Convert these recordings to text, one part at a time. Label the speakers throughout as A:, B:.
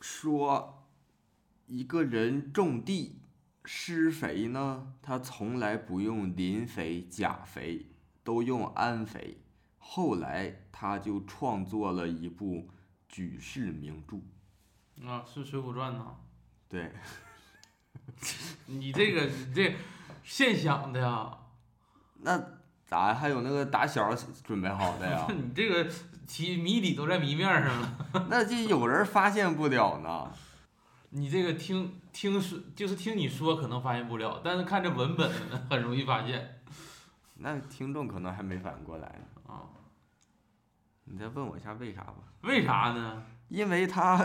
A: 说一个人种地施肥呢，他从来不用磷肥、钾肥，都用氨肥。后来他就创作了一部举世名著。
B: 啊，是《水浒传》呐。
A: 对，
B: 你这个你这现想的呀，？
A: 那咋还有那个打小准备好的呀
B: 你这个题谜底都在谜面上了。
A: 那这有人发现不了呢。
B: 你这个听听说就是听你说可能发现不了，但是看这文本很容易发现
A: 那听众可能还没反应过来呢。
B: 啊。
A: 你再问我一下为啥吧？
B: 为啥呢？
A: 因 为他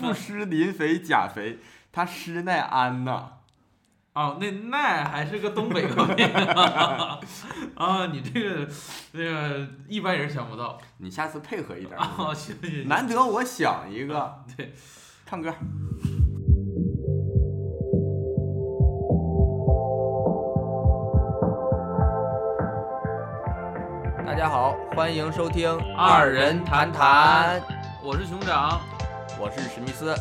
A: 不施磷肥钾肥，他施耐氨呐。
B: 啊，那那还是个东北口音啊！啊，你这个这个一般人想不到
A: 你下次配合一点儿。
B: 啊！行行行，
A: 难得我想一个，
B: 对，
A: 唱歌。
C: 大家好，欢迎收听
B: 二人
C: 谈
B: 谈，我是熊掌，
C: 我是史密斯。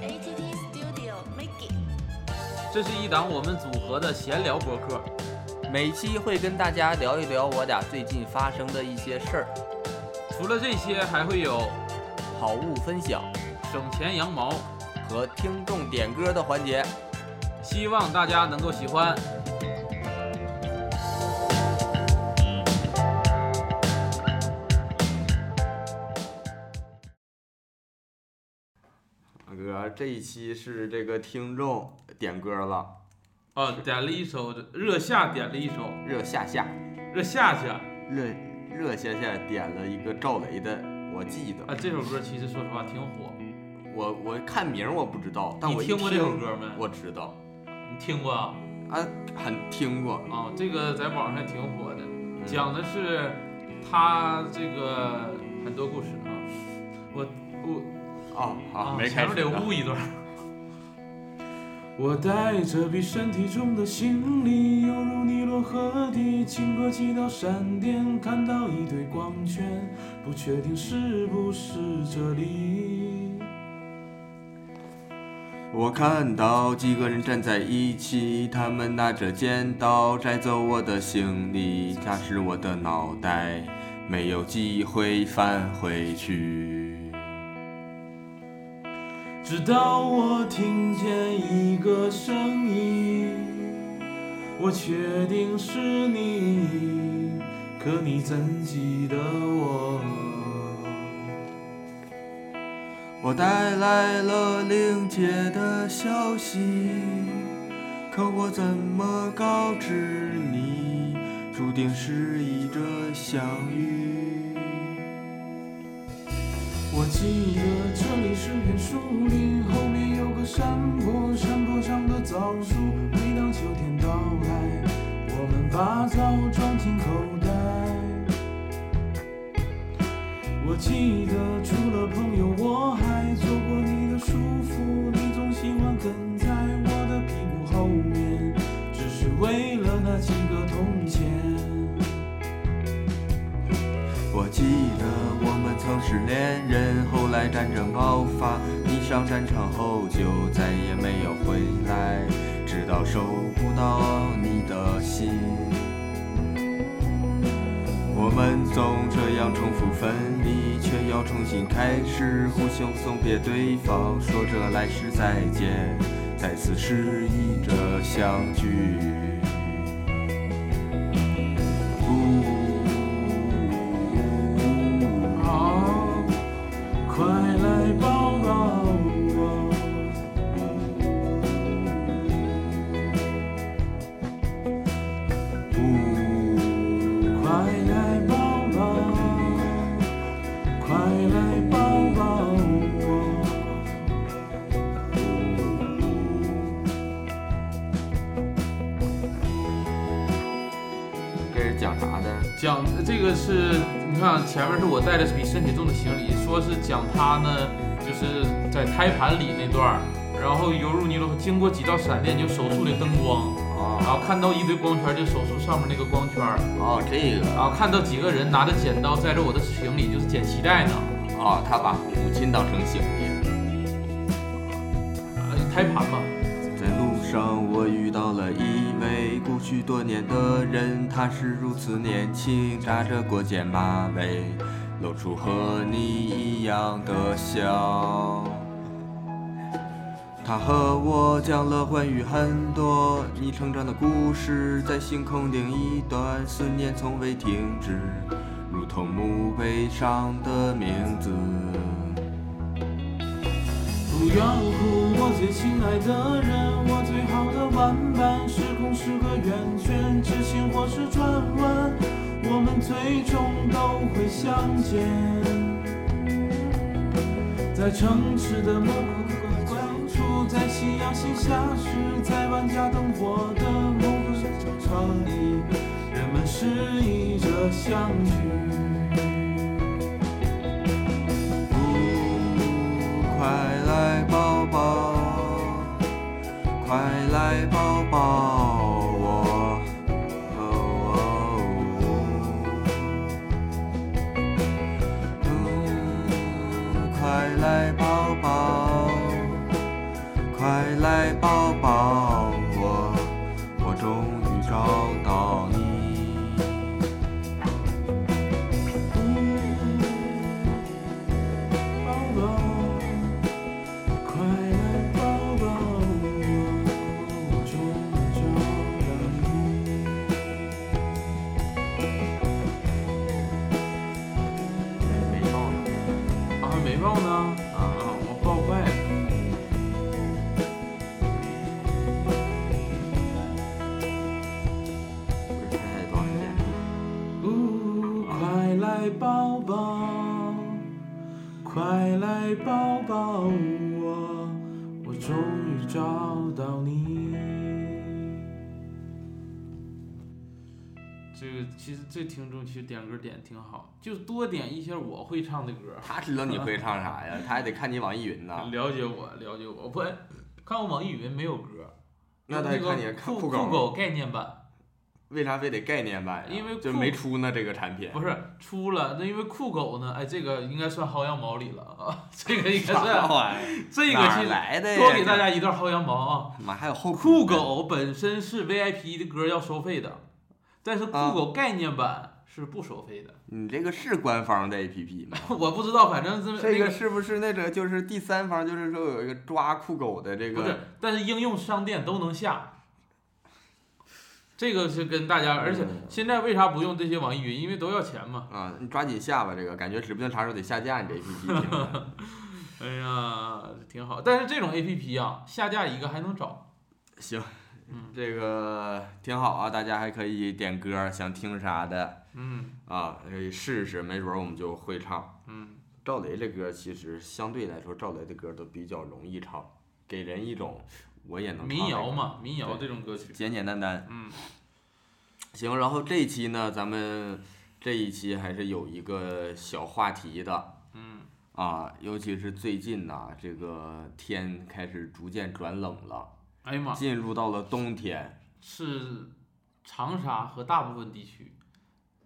D: ATT Studio Mickey。
B: 这是一档我们组合的闲聊博客，
C: 每期会跟大家聊一聊我俩最近发生的一些事儿，
B: 除了这些，还会有
C: 好物分享
B: 省钱羊毛，
C: 和听众点歌的环节。
B: 希望大家能够喜欢。
A: 大哥，这一期是这个听众点歌了，
B: 啊，点了一首热夏，点了一首
A: 热夏夏，
B: 热夏啊夏
A: 热热夏夏点了一个赵雷的，我记得，
B: 啊，这首歌其实说实话挺火。
A: 我我看名儿我不知道，但
B: 你
A: 我一
B: 听过这首歌没？
A: 我知道
B: 你听过啊？
A: 啊，很听过，
B: 啊，这个在网上挺火的，
A: 嗯
B: 讲的是他这个很多故事啊。我我
A: 哦，
B: 啊
A: 好，没开
B: 前
A: 始
B: 面得
A: 呢
B: 悟一段。我带着比身体重的行李，犹如尼罗河底，经过几道闪电，看到一堆光圈，不确定是不是这里。
A: 我看到几个人站在一起，他们拿着尖刀摘走我的行李，夹实我的脑袋，没有机会返回去。
B: 直到我听见一个声音，我确定是你，可你怎记得我？
A: 我带来了玲姐的消息，可我怎么告知你，注定是一个相遇。
E: 我记得这里是片树林，后面有个山坡，山坡上的枣树。每当秋天到来，我们把枣装进口袋。我记得除了朋友，我还做过你的束缚，你总喜欢跟在我的屁股后面，只是为了那几个铜钱。
A: 我记得我们曾是恋人，后来战争爆发，你上战场后就再也没有回来，直到收不到你的信。我们总这样重复分离，却要重新开始，互相送别对方，说着来世再见，再次示意着相聚。
E: 好，快来抱抱我！快来抱抱，快来抱抱我！
A: 这是讲啥的？
B: 讲这个是，你看前面是我带着比身体重的行李，说是讲他呢，就是在胎盘里那段儿，然后犹如尼罗河，经过几道闪电就手术的灯光，然
A: 哦
B: 后看到一堆光圈儿就手术上面那个光圈儿，
A: 哦，这个
B: 然后看到几个人拿着剪刀摘着我的行李，就是剪脐带呢。
A: 啊，他把母亲当成小爷。
B: 呃，胎盘嘛，
A: 在路上，我遇到了一位故去多年的人，他是如此年轻，扎着过肩马尾，露出和你一样的笑。他和我讲了关于很多你成长的故事，在星空另一端，思念从未停止，如同墓碑上的名字。
E: 不要哭，我最亲爱的人，我最好的玩伴。时空是个圆圈，直行或是转弯，我们最终都会相见。在城池的目光处，在夕阳西下时，在万家灯火的某个广场里，人们示意着相聚。
A: 快来抱抱，快来抱抱我。哦嗯，快来抱抱，快来抱抱我，我终于找到你。
E: 抱抱，快来抱抱我，我终于找到你。
A: 没抱呢
B: 啊还没报呢，啊啊，我报外。
A: 不是太多少年。
E: 呜，快来抱抱，快来抱抱我，我终于找到你。
B: 这个其实这听众其实点歌点得挺好，就多点一些我会唱的歌，
A: 他知道你会唱啥呀？他还得看你网易云呐。
B: 了解我，了解我。不，看我网易云没有歌，
A: 那他
B: 那
A: 看
B: 个
A: 你看
B: 酷
A: 狗，
B: 狗概念版
A: 为啥非得概念版呀？
B: 因为
A: 就
B: 酷
A: 没出呢这个产品。
B: 不是出了，那因为酷狗呢，哎，这个应该算薅羊毛里了啊，这个应该 算
A: 玩意儿？
B: 这个
A: 哪儿
B: 是
A: 来的呀？
B: 多给大家一段薅羊毛啊。
A: 这，妈还有后
B: 酷狗本身是 VIP 的歌要收费的，但是酷
A: 啊
B: 狗概念版是不收费的。
A: 你这个是官方的 APP 吗？
B: 我不知道，反正这
A: 这
B: 那
A: 个是不是那种就是第三方，就是说有一个抓酷狗的这
B: 不是
A: 个？，
B: 但是应用商店都能下。这个是跟大家，而且
A: 嗯
B: 现在为啥不用这些网易云？因为都要钱嘛。
A: 啊，你抓紧下吧，这个感觉指不定啥时候得下架你这 APP 听着。
B: 哎呀，挺好。但是这种 A P P 啊，下架一个还能找。
A: 行
B: 嗯，
A: 这个挺好啊，大家还可以点歌，想听啥的
B: 嗯
A: 啊，可以试试，没准儿我们就会唱。
B: 嗯，
A: 赵雷这歌其实相对来说，赵雷的歌都比较容易唱，给人一种我也能唱
B: 民谣
A: 这个，
B: 嘛，民谣
A: 对
B: 这种歌曲。
A: 简简单单。
B: 嗯，
A: 行，然后这一期呢，咱们这一期还是有一个小话题的，
B: 嗯
A: 啊，尤其是最近呐、这个天开始逐渐转冷了，
B: 哎呀妈，
A: 进入到了冬天。
B: 是长沙和大部分地区。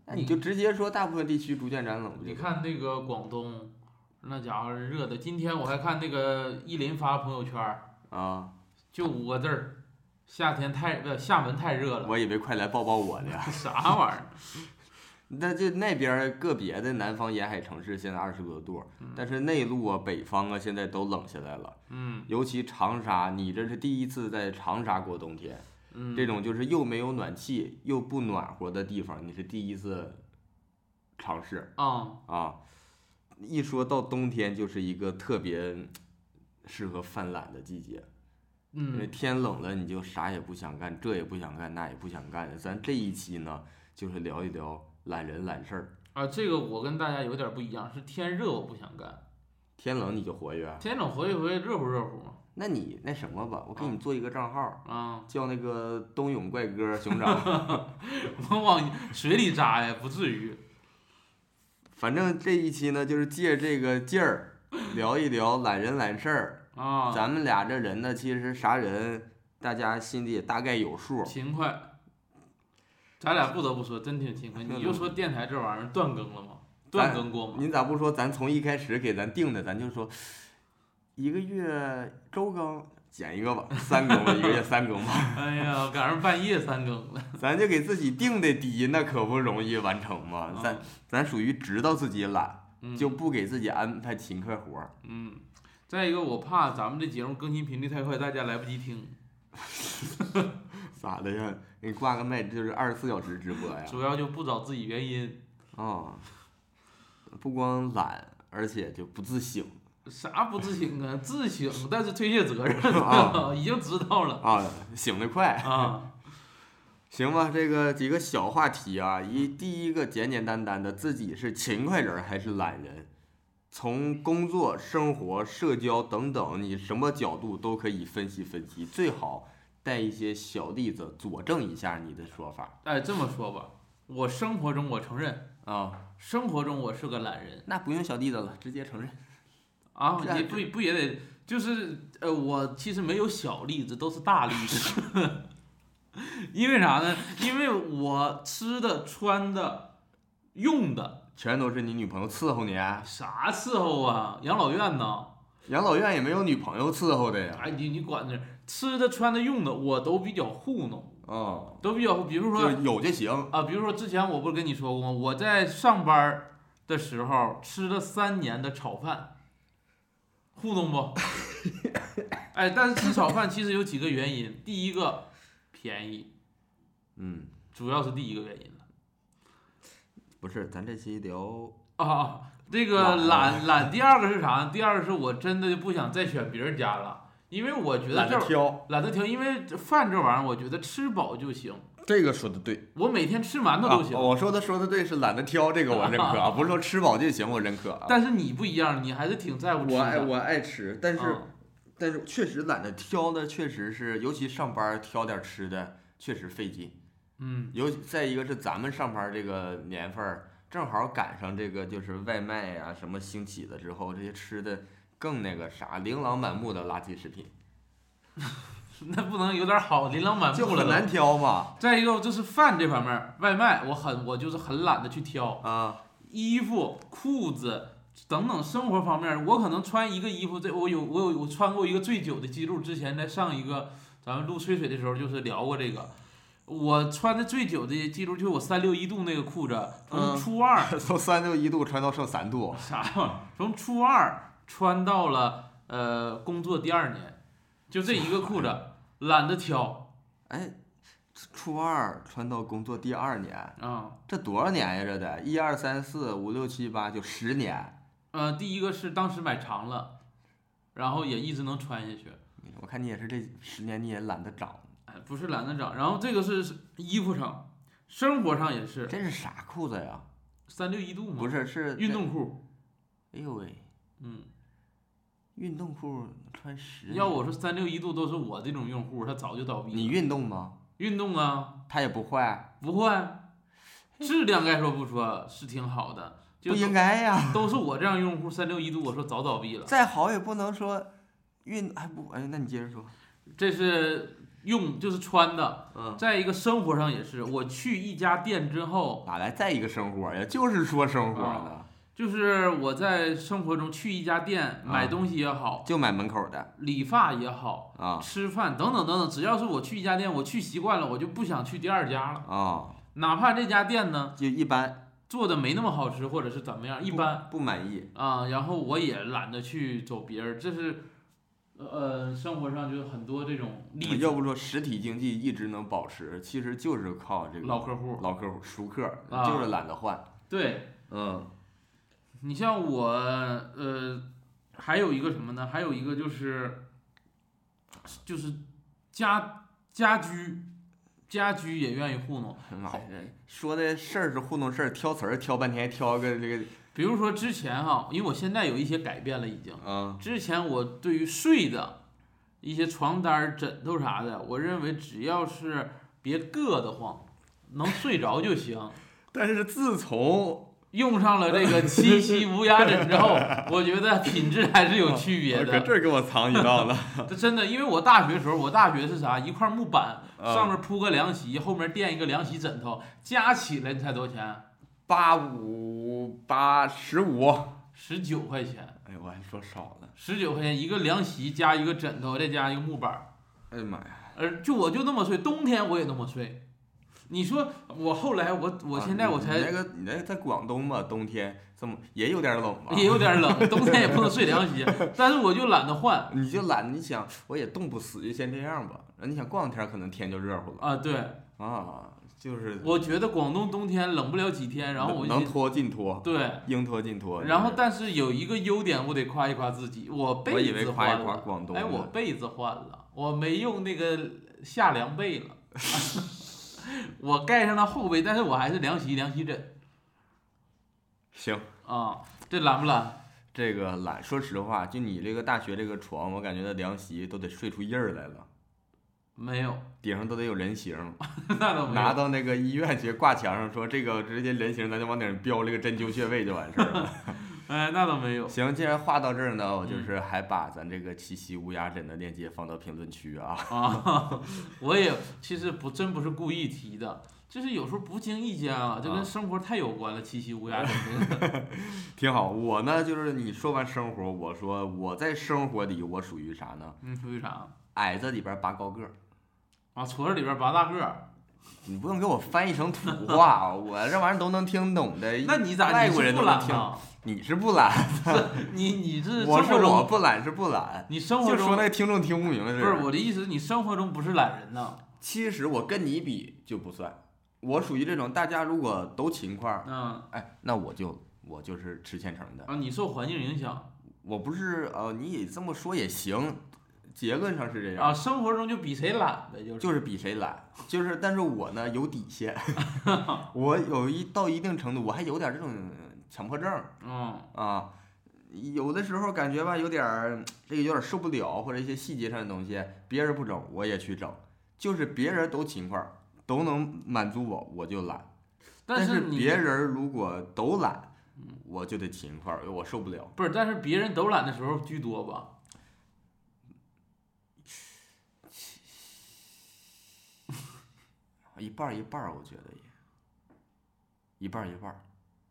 A: 那你就直接说，大部分地区逐渐转冷不就
B: 你看那个广东，那家伙热的。今天我还看那个依林发朋友圈儿，
A: 啊？
B: 就五个字儿：夏天太不厦门太热了。
A: 我以为快来抱抱我呢。
B: 啥玩意儿？
A: 那就那边儿个别的南方沿海城市现在二十多度，但是内陆啊、北方啊现在都冷下来了，
B: 嗯
A: 尤其长沙，你这是第一次在长沙过冬天，
B: 嗯，
A: 这种就是又没有暖气又不暖和的地方，你是第一次尝试
B: 啊、
A: 啊。一说到冬天，就是一个特别嗯适合犯懒的季节，因为
B: 嗯，
A: 天冷了，你就啥也不想干，这也不想干，那也不想干。咱这一期呢，就是聊一聊懒人懒事儿。
B: 啊，这个我跟大家有点不一样，是天热我不想干，
A: 天冷你就活跃，啊
B: 天冷回一回热乎热乎嘛。
A: 那你那什么吧，我给
B: 啊
A: 你做一个账号，
B: 啊，
A: 叫那个冬泳怪哥熊掌。
B: 我往水里扎呀，不至于。
A: 反正这一期呢，就是借这个劲儿聊一聊懒人懒事儿。
B: 啊，
A: 咱们俩这人呢，其实啥人，大家心里也大概有数。
B: 勤快。咱俩不得不说，真挺勤快。你就说电台这玩意儿断更了吗？断更过吗？
A: 您咋不说咱从一开始给咱定的，咱就说一个月周更减一个吧，三更吧，一个月三更吧，
B: 哎呀，赶上半夜三更了。
A: 咱就给自己定的低，那可不容易完成嘛。
B: 嗯
A: 咱咱属于知道自己懒，
B: 嗯
A: 就不给自己安排勤快活儿。
B: 嗯，再一个，我怕咱们这节目更新频率太快，大家来不及听。
A: 咋的呀？你挂个麦，这就是二十四小时直播哎呀。
B: 主要就不找自己原因，
A: 啊、不光懒，而且就不自省
B: 啥不自省啊？自省，但是推卸责任，
A: 啊
B: 已经知道了
A: 啊， 醒得快。
B: 啊。
A: 行吧，这个几个小话题啊，一第一个简简单单的，自己是勤快人儿还是懒人？从工作、生活、社交等等，你什么角度都可以分析分析，最好带一些小例子佐证一下你的说法
B: 哎，这么说吧，我生活中我承认，
A: 啊。
B: 生活中我是个懒人
A: 那不用小例子了，直接承认。
B: 啊，
A: 这
B: 也不不也得，就是呃，我其实没有小例子，都是大例子。 因为啥呢？因为我吃的、穿的、用的，
A: 全都是你女朋友伺候你、啊，
B: 啥伺候啊？养老院呢？
A: 养老院也没有女朋友伺候的呀。
B: 哎，你你管着吃的、穿的、用的，我都比较糊弄，
A: 哦，
B: 都比较糊，比如
A: 就
B: 说
A: 是有就行。
B: 啊，比如说之前我不是跟你说过吗？我在上班儿的时候吃了三年的炒饭，糊弄不？哎，但是吃炒饭其实有几个原因，第一个便宜，
A: 嗯，
B: 主要是第一个原因了
A: 不是，咱这期聊
B: 啊。这个懒懒，第二个是啥？第二个是我真的就不想再选别人家了，因为我觉得
A: 懒
B: 这
A: 得
B: 儿
A: 挑，
B: 懒得挑，因为这饭这玩意儿，我觉得吃饱就行。
A: 这个说的对。
B: 我每天吃馒头都行。
A: 啊我说的说的对，是懒得挑，这个我认可 啊，不是说吃饱就行，我认可啊。
B: 但是你不一样，你还是挺在乎吃
A: 我爱
B: 的。
A: 我爱吃，但是、
B: 嗯
A: 但是确实懒得挑的，确实是，尤其上班儿挑点吃的确实费劲。
B: 嗯
A: 尤其再一个是咱们上班儿这个年份儿，正好赶上这个就是外卖呀、什么兴起了之后，这些吃的更那个啥，琳琅满目的垃圾食品，
B: 嗯那不能有点好，琳琅满
A: 就
B: 目
A: 很
B: 了。
A: 难挑嘛。
B: 再一个就是饭这方面儿，外卖我很我就是很懒得去挑，
A: 啊，
B: 衣服、裤子等等生活方面儿，我可能穿一个衣服，这我有我有我穿过一个最久的记录，之前在上一个咱们录吹水的时候就是聊过这个。我穿的最久的记录就是我三六一度那个裤子，从
A: 嗯
B: 初二
A: 从三六一度穿到剩三 度，
B: 啥玩意儿？从初二穿到了呃工作第二年，就这一个裤子，懒得挑
A: 哎，初二穿到工作第二年。
B: 啊。
A: 这多少年呀？这得一二三四五六七八九十年。
B: 呃，第一个是当时买长了，然后也一直能穿下去，
A: 我看你也是这十年，你也懒得长。
B: 哎，不是懒得长。然后这个是是衣服上，生活上也是
A: 这是啥裤子呀？
B: 三六一度嘛，
A: 不是，是
B: 运。动裤。
A: 哎呦喂，
B: 嗯，
A: 运动裤穿十年。
B: 要我说三六一度都是我这种用户，他早就倒闭了。
A: 你运动吗？
B: 运动啊，
A: 它也不坏，
B: 不换，质量该说不说是挺好的，就
A: 不应该呀。
B: 都是我这样用户，三六一度我说早倒闭了。
A: 再好也不能说运还不哎，那你接着说。
B: 这是用就是穿的，
A: 嗯，
B: 再一个生活上也是，我去一家店之后，
A: 哪来再一个生活呀？就是说生活
B: 啊
A: 呢，
B: 就是我在生活中去一家
A: 啊
B: 店买东西也好，
A: 就买门口的
B: 理发也好，
A: 啊
B: 吃饭等等等等，只要是我去一家店，我去习惯了，我就不想去第二家了。
A: 啊，
B: 哪怕这家店呢
A: 就一般，
B: 做的没那么好吃，或者是怎么啊样，一般
A: 不满意。
B: 啊、然后我也懒得去走别人，这是呃生活上就是很多这种例
A: 要
B: 子，
A: 不说实体经济一直能保持，其实就是靠这个
B: 老客户
A: 老客户、熟客儿，
B: 啊
A: 就是懒得换。
B: 对。
A: 嗯，
B: 你像我，呃，还有一个什么呢？还有一个就是，就是家家居，家居也愿意糊弄。
A: 妈呀，嗯说的事儿是糊弄事儿，挑词儿挑半天，挑个这个，
B: 比如说之前哈、因为我现在有一些改变了，已经。
A: 嗯
B: 之前我对于睡的一些床单儿、枕头啥的，我认为只要是别硌得慌，能睡着就行。
A: 但是自从
B: 用上了这个七夕无压枕之后，我觉得品质还是有区别的。
A: 儿给我藏一道了，
B: 这真的，因为我大学的时候，我大学是啥？一块木板
A: 啊
B: 上面铺个凉席，后面垫一个凉席枕头，加起来你猜多少钱？
A: 八五五八十五。
B: 十九块钱，
A: 哎呦，我还说少了。
B: 十九块钱一个凉席加一个枕头，再加一个木板儿，
A: 哎呀妈呀！
B: 而就我就那么睡，冬天我也那么睡。你说我后来我我
A: 啊
B: 现在我
A: 你
B: 才
A: 你那个你那个在广东吧，冬天这么也有点冷吧？
B: 也有点 冷，冬天也不能睡凉席，但是我就懒得换
A: 你就懒，你想我也冻不死，就先这样吧。然后你想过两天可能天就热乎了
B: 啊。对，
A: 啊，就是
B: 我觉得广东冬天冷不了几天，然后我就
A: 能拖尽拖，
B: 对，
A: 应拖尽拖。
B: 然后
A: 就是
B: 但是有一个优点，我得夸一夸自己，我
A: 我
B: 被
A: 以为
B: 子
A: 夸
B: 换
A: 一夸
B: 了，
A: 广东呢，
B: 哎，我被子换了，我没用那个夏凉被了， 我盖上了厚被，但是我还是凉席凉席枕
A: 行
B: 啊，这懒不懒？
A: 这个懒，说实话，就你这个大学这个床，我感觉那凉席都得睡出印儿来了，
B: 没有，
A: 顶上都得有人形。
B: 那倒啊没
A: 拿
B: 有，
A: 到那个医院去挂墙上说这个直接人形，咱就往顶上标这个针灸穴位就完事儿 了。
B: 哎，那倒没有，
A: 行，既然话到这儿呢，我
B: 嗯
A: 就是还把咱这个七夕乌鸦枕的链接放到评论区啊。
B: 啊， 我也其实不真不是故意提的，就是有时候不经意间啊，这
A: 啊
B: 跟生活太有关了，七夕乌鸦这 个
A: 挺好，我呢就是你说完生活，我说我在生活里我属于啥呢？
B: 你属于嗯啥？
A: 矮子里边拔高个儿。
B: 啊，矬子里边拔大个儿，
A: 你不用给我翻译成土话，啊我这玩意儿都能听懂的。
B: 那你咋
A: 哎外
B: 你
A: 国
B: 是
A: 人
B: 不
A: 都能
B: 懒
A: 听？
B: 呢？
A: 你是不懒，
B: 你你是
A: 我
B: 生
A: 是
B: 活
A: 我
B: 中
A: 不懒是不懒。
B: 你生活
A: 就说
B: 中
A: 那听众听不明白
B: 不
A: 这
B: 是我的意思，你生活中不是懒人呐？
A: 其实我跟你比就不算，我属于这种大家如果都勤快儿，
B: 嗯
A: 哎，那我就我就是吃现成的。
B: 啊，你受环境影响
A: 我不是呃，你也这么说也行，结论上是这样，
B: 啊，生活中就比谁懒呗，就是
A: 就是比谁懒，就是但是我呢有底 线，我有一到一定程度，我还有点这种强迫症
B: 嗯
A: 啊。有的时候感觉吧，有点儿这个有点儿受不了，或者一些细节上的东西，别人不整我也去整，就是别人都勤快儿，都能满足我，我就懒。但
B: 是你嗯
A: 别人如果都懒，我就得勤快儿，我受不了。
B: 不是，但是别人都懒的时候居多吧？
A: 一半儿一半儿，我觉得也，一半儿一半儿，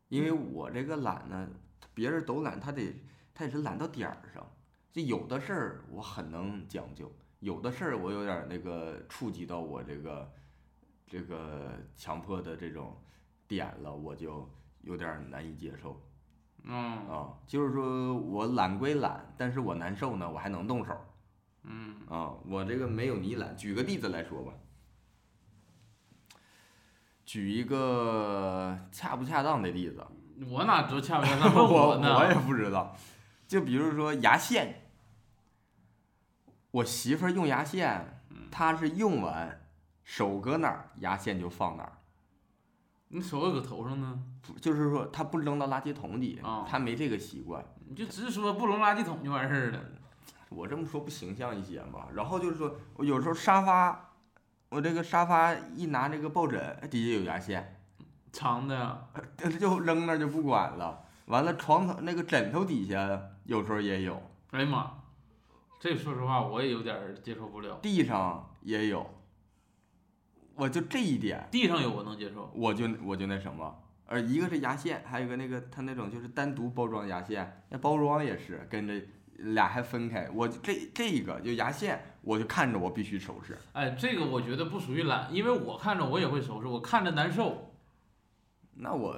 A: 因为我这个懒呢，别人都懒，他得他也是懒到点儿上。就有的事儿我很能讲究，有的事儿我有点儿那个触及到我这个这个强迫的这种点了，我就有点儿难以接受。啊、
B: 嗯
A: 就是说我懒归懒，但是我难受呢，我还能动手儿
B: 嗯，
A: 啊、我这个没有你懒。举个例子来说吧，举一个恰不恰当的例子，
B: 我哪知道恰不恰当？问
A: 我
B: 呢？
A: 也不知道。就比如说牙线，我媳妇儿用牙线，
B: 嗯
A: 她是用完手搁哪儿，牙线就放哪儿。
B: 你手又搁头上呢，
A: 不就是说，她不扔到垃圾桶里
B: 啊，
A: 她没这个习惯。
B: 你就直说不扔垃圾桶就完事儿了。
A: 我这么说不形象一些嘛？然后就是说，我有时候沙发，我这个沙发一拿这个抱枕，哎底下有牙线，
B: 长的呀，
A: 但是就扔那儿就不管了。完了，床头那个枕头底下有时候也有，
B: 哎呀妈，这说实话我也有点儿接受不了。
A: 地上也有。我就这一点，
B: 地上有我能接受，
A: 我就我就那什么，呃，一个是牙线，还有一个那个它那种就是单独包装牙线，那包装也是跟着俩还分开。我就这这一个就牙线，我就看着我必须收拾。
B: 哎，这个我觉得不属于懒，因为我看着我也会收拾，我看着难受。
A: 那我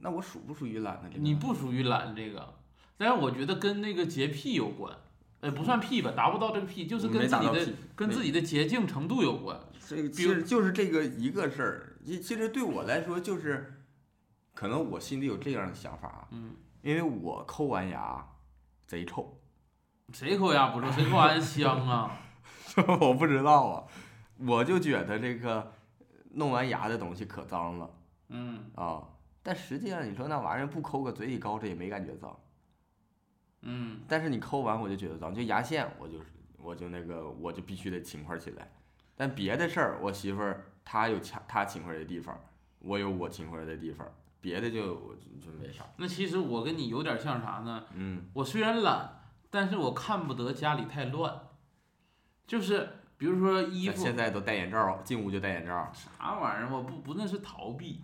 A: 那我属不属于懒呢？这个
B: 你不属于懒这个，但是我觉得跟那个洁癖有关，呃，不算癖吧，达不到这个癖，就是
A: 没
B: 跟自
A: 达
B: 己
A: 到
B: 的
A: 屁
B: 跟
A: 没
B: 自己的洁净程度有关。
A: 这个
B: 比
A: 其
B: 如
A: 实就是这个一个事儿。其其实对我来说，就是可能我心里有这样的想法啊，
B: 嗯，
A: 因为我抠完牙贼臭，
B: 谁抠牙不臭，谁抠牙香啊？
A: 我不知道啊，我就觉得这个弄完牙的东西可脏了
B: 嗯
A: 啊。但实际上，你说那玩意儿不抠个嘴里高着也没感觉脏，
B: 嗯，
A: 但是你抠完我就觉得脏，就牙线我就我就那个我就必须得勤快起来。但别的事儿，我媳妇儿她有她她勤快的地方，我有我勤快的地方，别的就就没啥。
B: 那其实我跟你有点像啥呢？
A: 嗯，
B: 我虽然懒，但是我看不得家里太乱，就是比如说衣
A: 那
B: 服
A: 现在都戴眼罩，进屋就戴眼罩。
B: 啥玩意儿？我不不，那是逃避。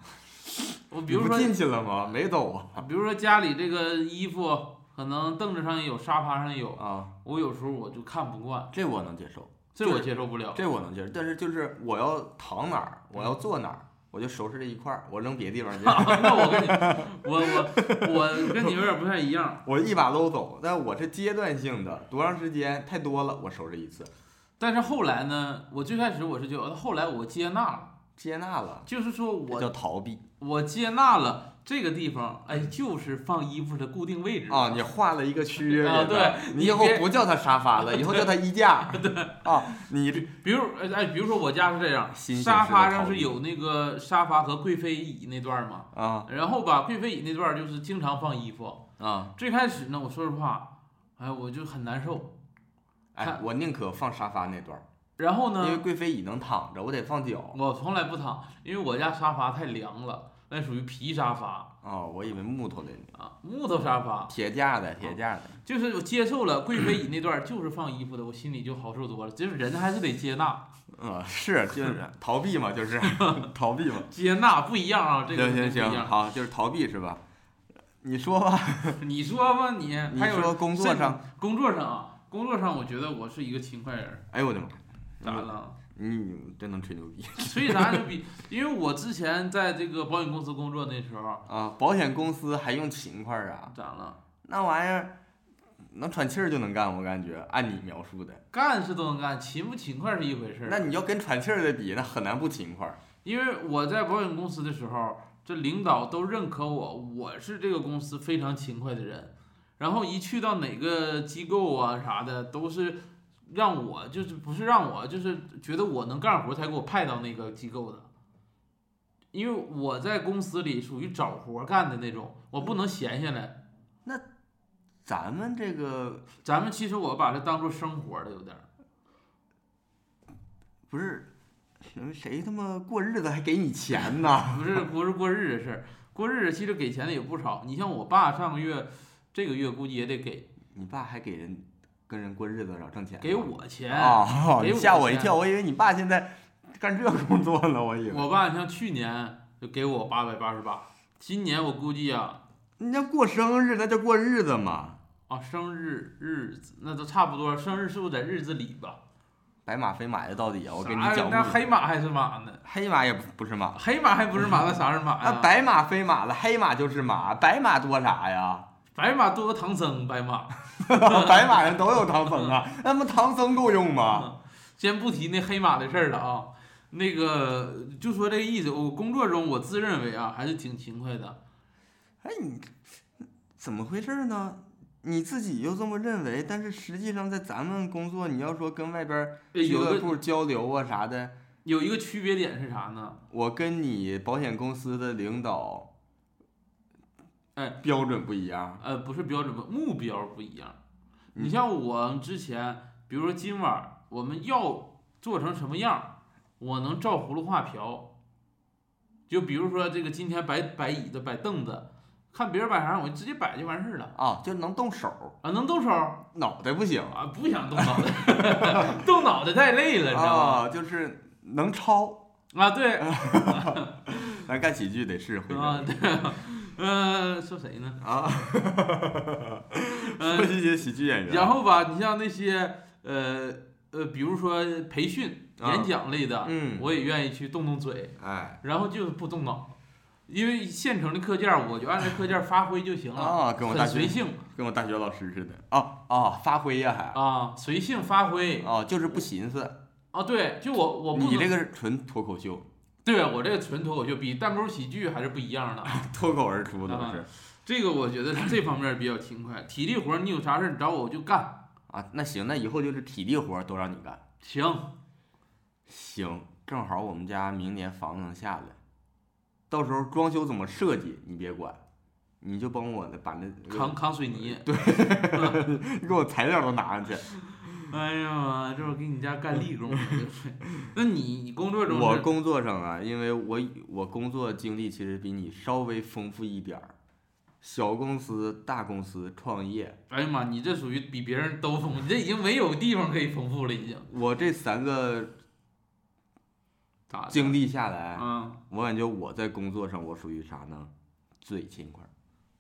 B: 我
A: 你
B: 比如
A: 不
B: 说，
A: 进去了吗？没走啊
B: 比如说家里这个衣服，可能凳子上也有，沙发上也有，
A: 啊，
B: 我有时候我就看不惯，
A: 这我能接受，
B: 这 我接受不了。，
A: 这我能接受。但是就是我要躺哪儿，我要坐哪儿，我就收拾这一块儿，我扔别地 方去
B: 那我 跟你，我我我跟你有点不太一样，
A: 我一把搂走。但我是阶段性的，多长时间太多了，我收拾一次，
B: 但是后来呢，我最开始我是觉得，后来我接纳了，
A: 接纳了，
B: 就是说
A: 这叫
B: 我
A: 逃避
B: 我接纳了这个地方，哎，就是放衣服的固定位 置
A: 啊！你画了一个区域
B: 啊
A: 给它
B: 对
A: 你
B: 你
A: 以后
B: 别
A: 不叫它沙发了，以后叫它衣架。 对啊，你这
B: 比如，呃哎，比如说我家是这样，
A: 新型
B: 沙
A: 式的
B: 发上
A: 考
B: 是
A: 虑
B: 有那个沙发和贵妃椅那段儿嘛，
A: 啊
B: 然后吧，贵妃椅那段儿就是经常放衣服。
A: 啊，
B: 最开始呢，我说实话，哎，我就很难受。
A: 哎，
B: 看
A: 我宁可放沙发那段儿，
B: 然后
A: 因为
B: 呢，
A: 贵妃椅能躺着，我得放脚。
B: 我从来不躺，因为我家沙发太凉了，那属于皮沙发
A: 哦，我以为木头的呢，
B: 啊，木头沙发，
A: 铁架的，铁架的。
B: 就是我接受了贵妃 椅那段儿就是放衣服的，我心里就好受多了。就是人还是得接纳，
A: 嗯，是就是 逃避嘛，就是逃避嘛。
B: 接纳不一样啊， 这
A: 行
B: 个肯定
A: 行
B: 不一
A: 行，
B: 样。
A: 好，就是逃避是吧？你说吧，
B: 你说吧，你
A: 你
B: 还有
A: 说工作
B: 甚
A: 上，
B: 工作上啊，工作上我觉得我是一个勤快人儿，
A: 哎呦我的妈，
B: 咋了？
A: 你真能吹牛逼
B: 所以咱就比，因为我之前在这个保险公司工作那时候，
A: 啊！保险公司还用勤快啊？
B: 咋了？
A: 那玩意儿能喘气儿就能干，我感觉按你描述的，
B: 干是都能干，勤不勤快是一回事儿。
A: 那你要跟喘气儿的比，那很难不勤快。
B: 因为我在保险公司的时候，这领导都认可我，我是这个公司非常勤快的人。然后一去到哪个机构啊啥的，都是让我就是不是让我就是觉得我能干活才给我派到那个机构的。因为我在公司里属于找活干的那种，我不能闲下来。
A: 咱们这个
B: 咱们其实我把这当做生活了，有点儿。
A: 不是谁谁他妈过日子还给你钱呢？
B: 不是不是过日子的事儿，过日子其实给钱的也不少。你像我爸上个月，这个月估计也得给
A: 你爸还给人跟人过日子找挣钱呢？
B: 给我钱。
A: 哦，
B: 给
A: 你
B: 我
A: 吓我一
B: 钱
A: 跳，我以为你爸现在干这工作呢，我以为。
B: 我爸像去年就给我八百八十八，今年我估计啊
A: 人家过生日那叫过日子嘛，
B: 啊生日日子那都差不多，生日是不是在日子里吧？
A: 白马非马呀，到底啊，我跟你
B: 啥
A: 讲
B: 那
A: 故事
B: 黑啊马还是马呢？
A: 黑马也不不是马，
B: 黑马还不是马，那啥是马 呀？
A: 那白马非马了，黑马就是马，白马多啥呀？
B: 白马多个唐僧，白马。
A: 白马
B: 嗯
A: 人都有唐僧啊，那不唐僧够用吗？
B: 先不提那黑马的事儿了啊，那个就说这个意思。我工作中我自认为啊还是挺勤快的，
A: 哎，你怎么回事呢？你自己又这么认为，但是实际上在咱们工作，你要说跟外边儿
B: 呃
A: 俱
B: 有
A: 乐
B: 个
A: 部交流啊啥的，
B: 有一个区别点是啥呢？
A: 我跟你保险公司的领导，
B: 哎，
A: 标准不一样。
B: 呃，不是标准目标不一样。
A: 嗯
B: 你像我之前，比如说今晚儿我们要做成什么样儿，我能照葫芦画瓢。就比如说这个今天摆摆椅子、摆凳子，看别人摆啥，我就直接摆就完事儿了
A: 啊，就能动手，
B: 啊，能动手儿
A: 脑袋不行
B: 啊，不想动脑袋， 动脑袋太累了，你知道吗？
A: 啊，就是能抄。
B: 啊，对，
A: 咱干喜剧得是会
B: 啊，
A: 这
B: 对，呃，说谁呢？
A: 个啊，
B: 嗯
A: 说一些喜剧演员。
B: 然，后吧，你像那些呃呃，比如说培训、
A: 啊
B: 演讲类的，
A: 嗯，
B: 我也愿意去动动嘴，
A: 哎，
B: 然后就是不动脑，因为现成的课件儿我就按照课件儿发挥就行了，
A: 啊，跟我大
B: 很随
A: 学
B: 性
A: 跟我大学老师似的。啊啊，发挥呀还。
B: 啊，随性发挥
A: 啊，就是不寻思。
B: 啊，对，就我我不
A: 你
B: 能
A: 这个是纯脱口秀，
B: 对我这个纯脱口秀比单口喜剧还是不一样的，
A: 脱口而出都
B: 嗯
A: 是。
B: 这个我觉得这方面比较勤快，体力活儿你有啥事儿你找我我就干，
A: 啊，那行，那以后就是体力活儿都让你干。
B: 行，
A: 行，正好我们家明年房能下来，到时候装修怎么设计你别管，你就帮我的把那
B: 扛，扛水泥，
A: 你给我材料都拿上去。
B: 哎呀妈，这会儿给你家干力 工了，就是。那你你工作中
A: 我
B: 是
A: 工作上啊，因为我我工作经历其实比你稍微丰富一点儿，小公司、大公司创业，
B: 哎呀妈，你这属于比别人都丰富，你这已经没有地方可以丰富了，已经。
A: 我这三个
B: 咋的
A: 经历下来，
B: 嗯，
A: 我感觉我在工作上我属于啥呢？嘴勤快，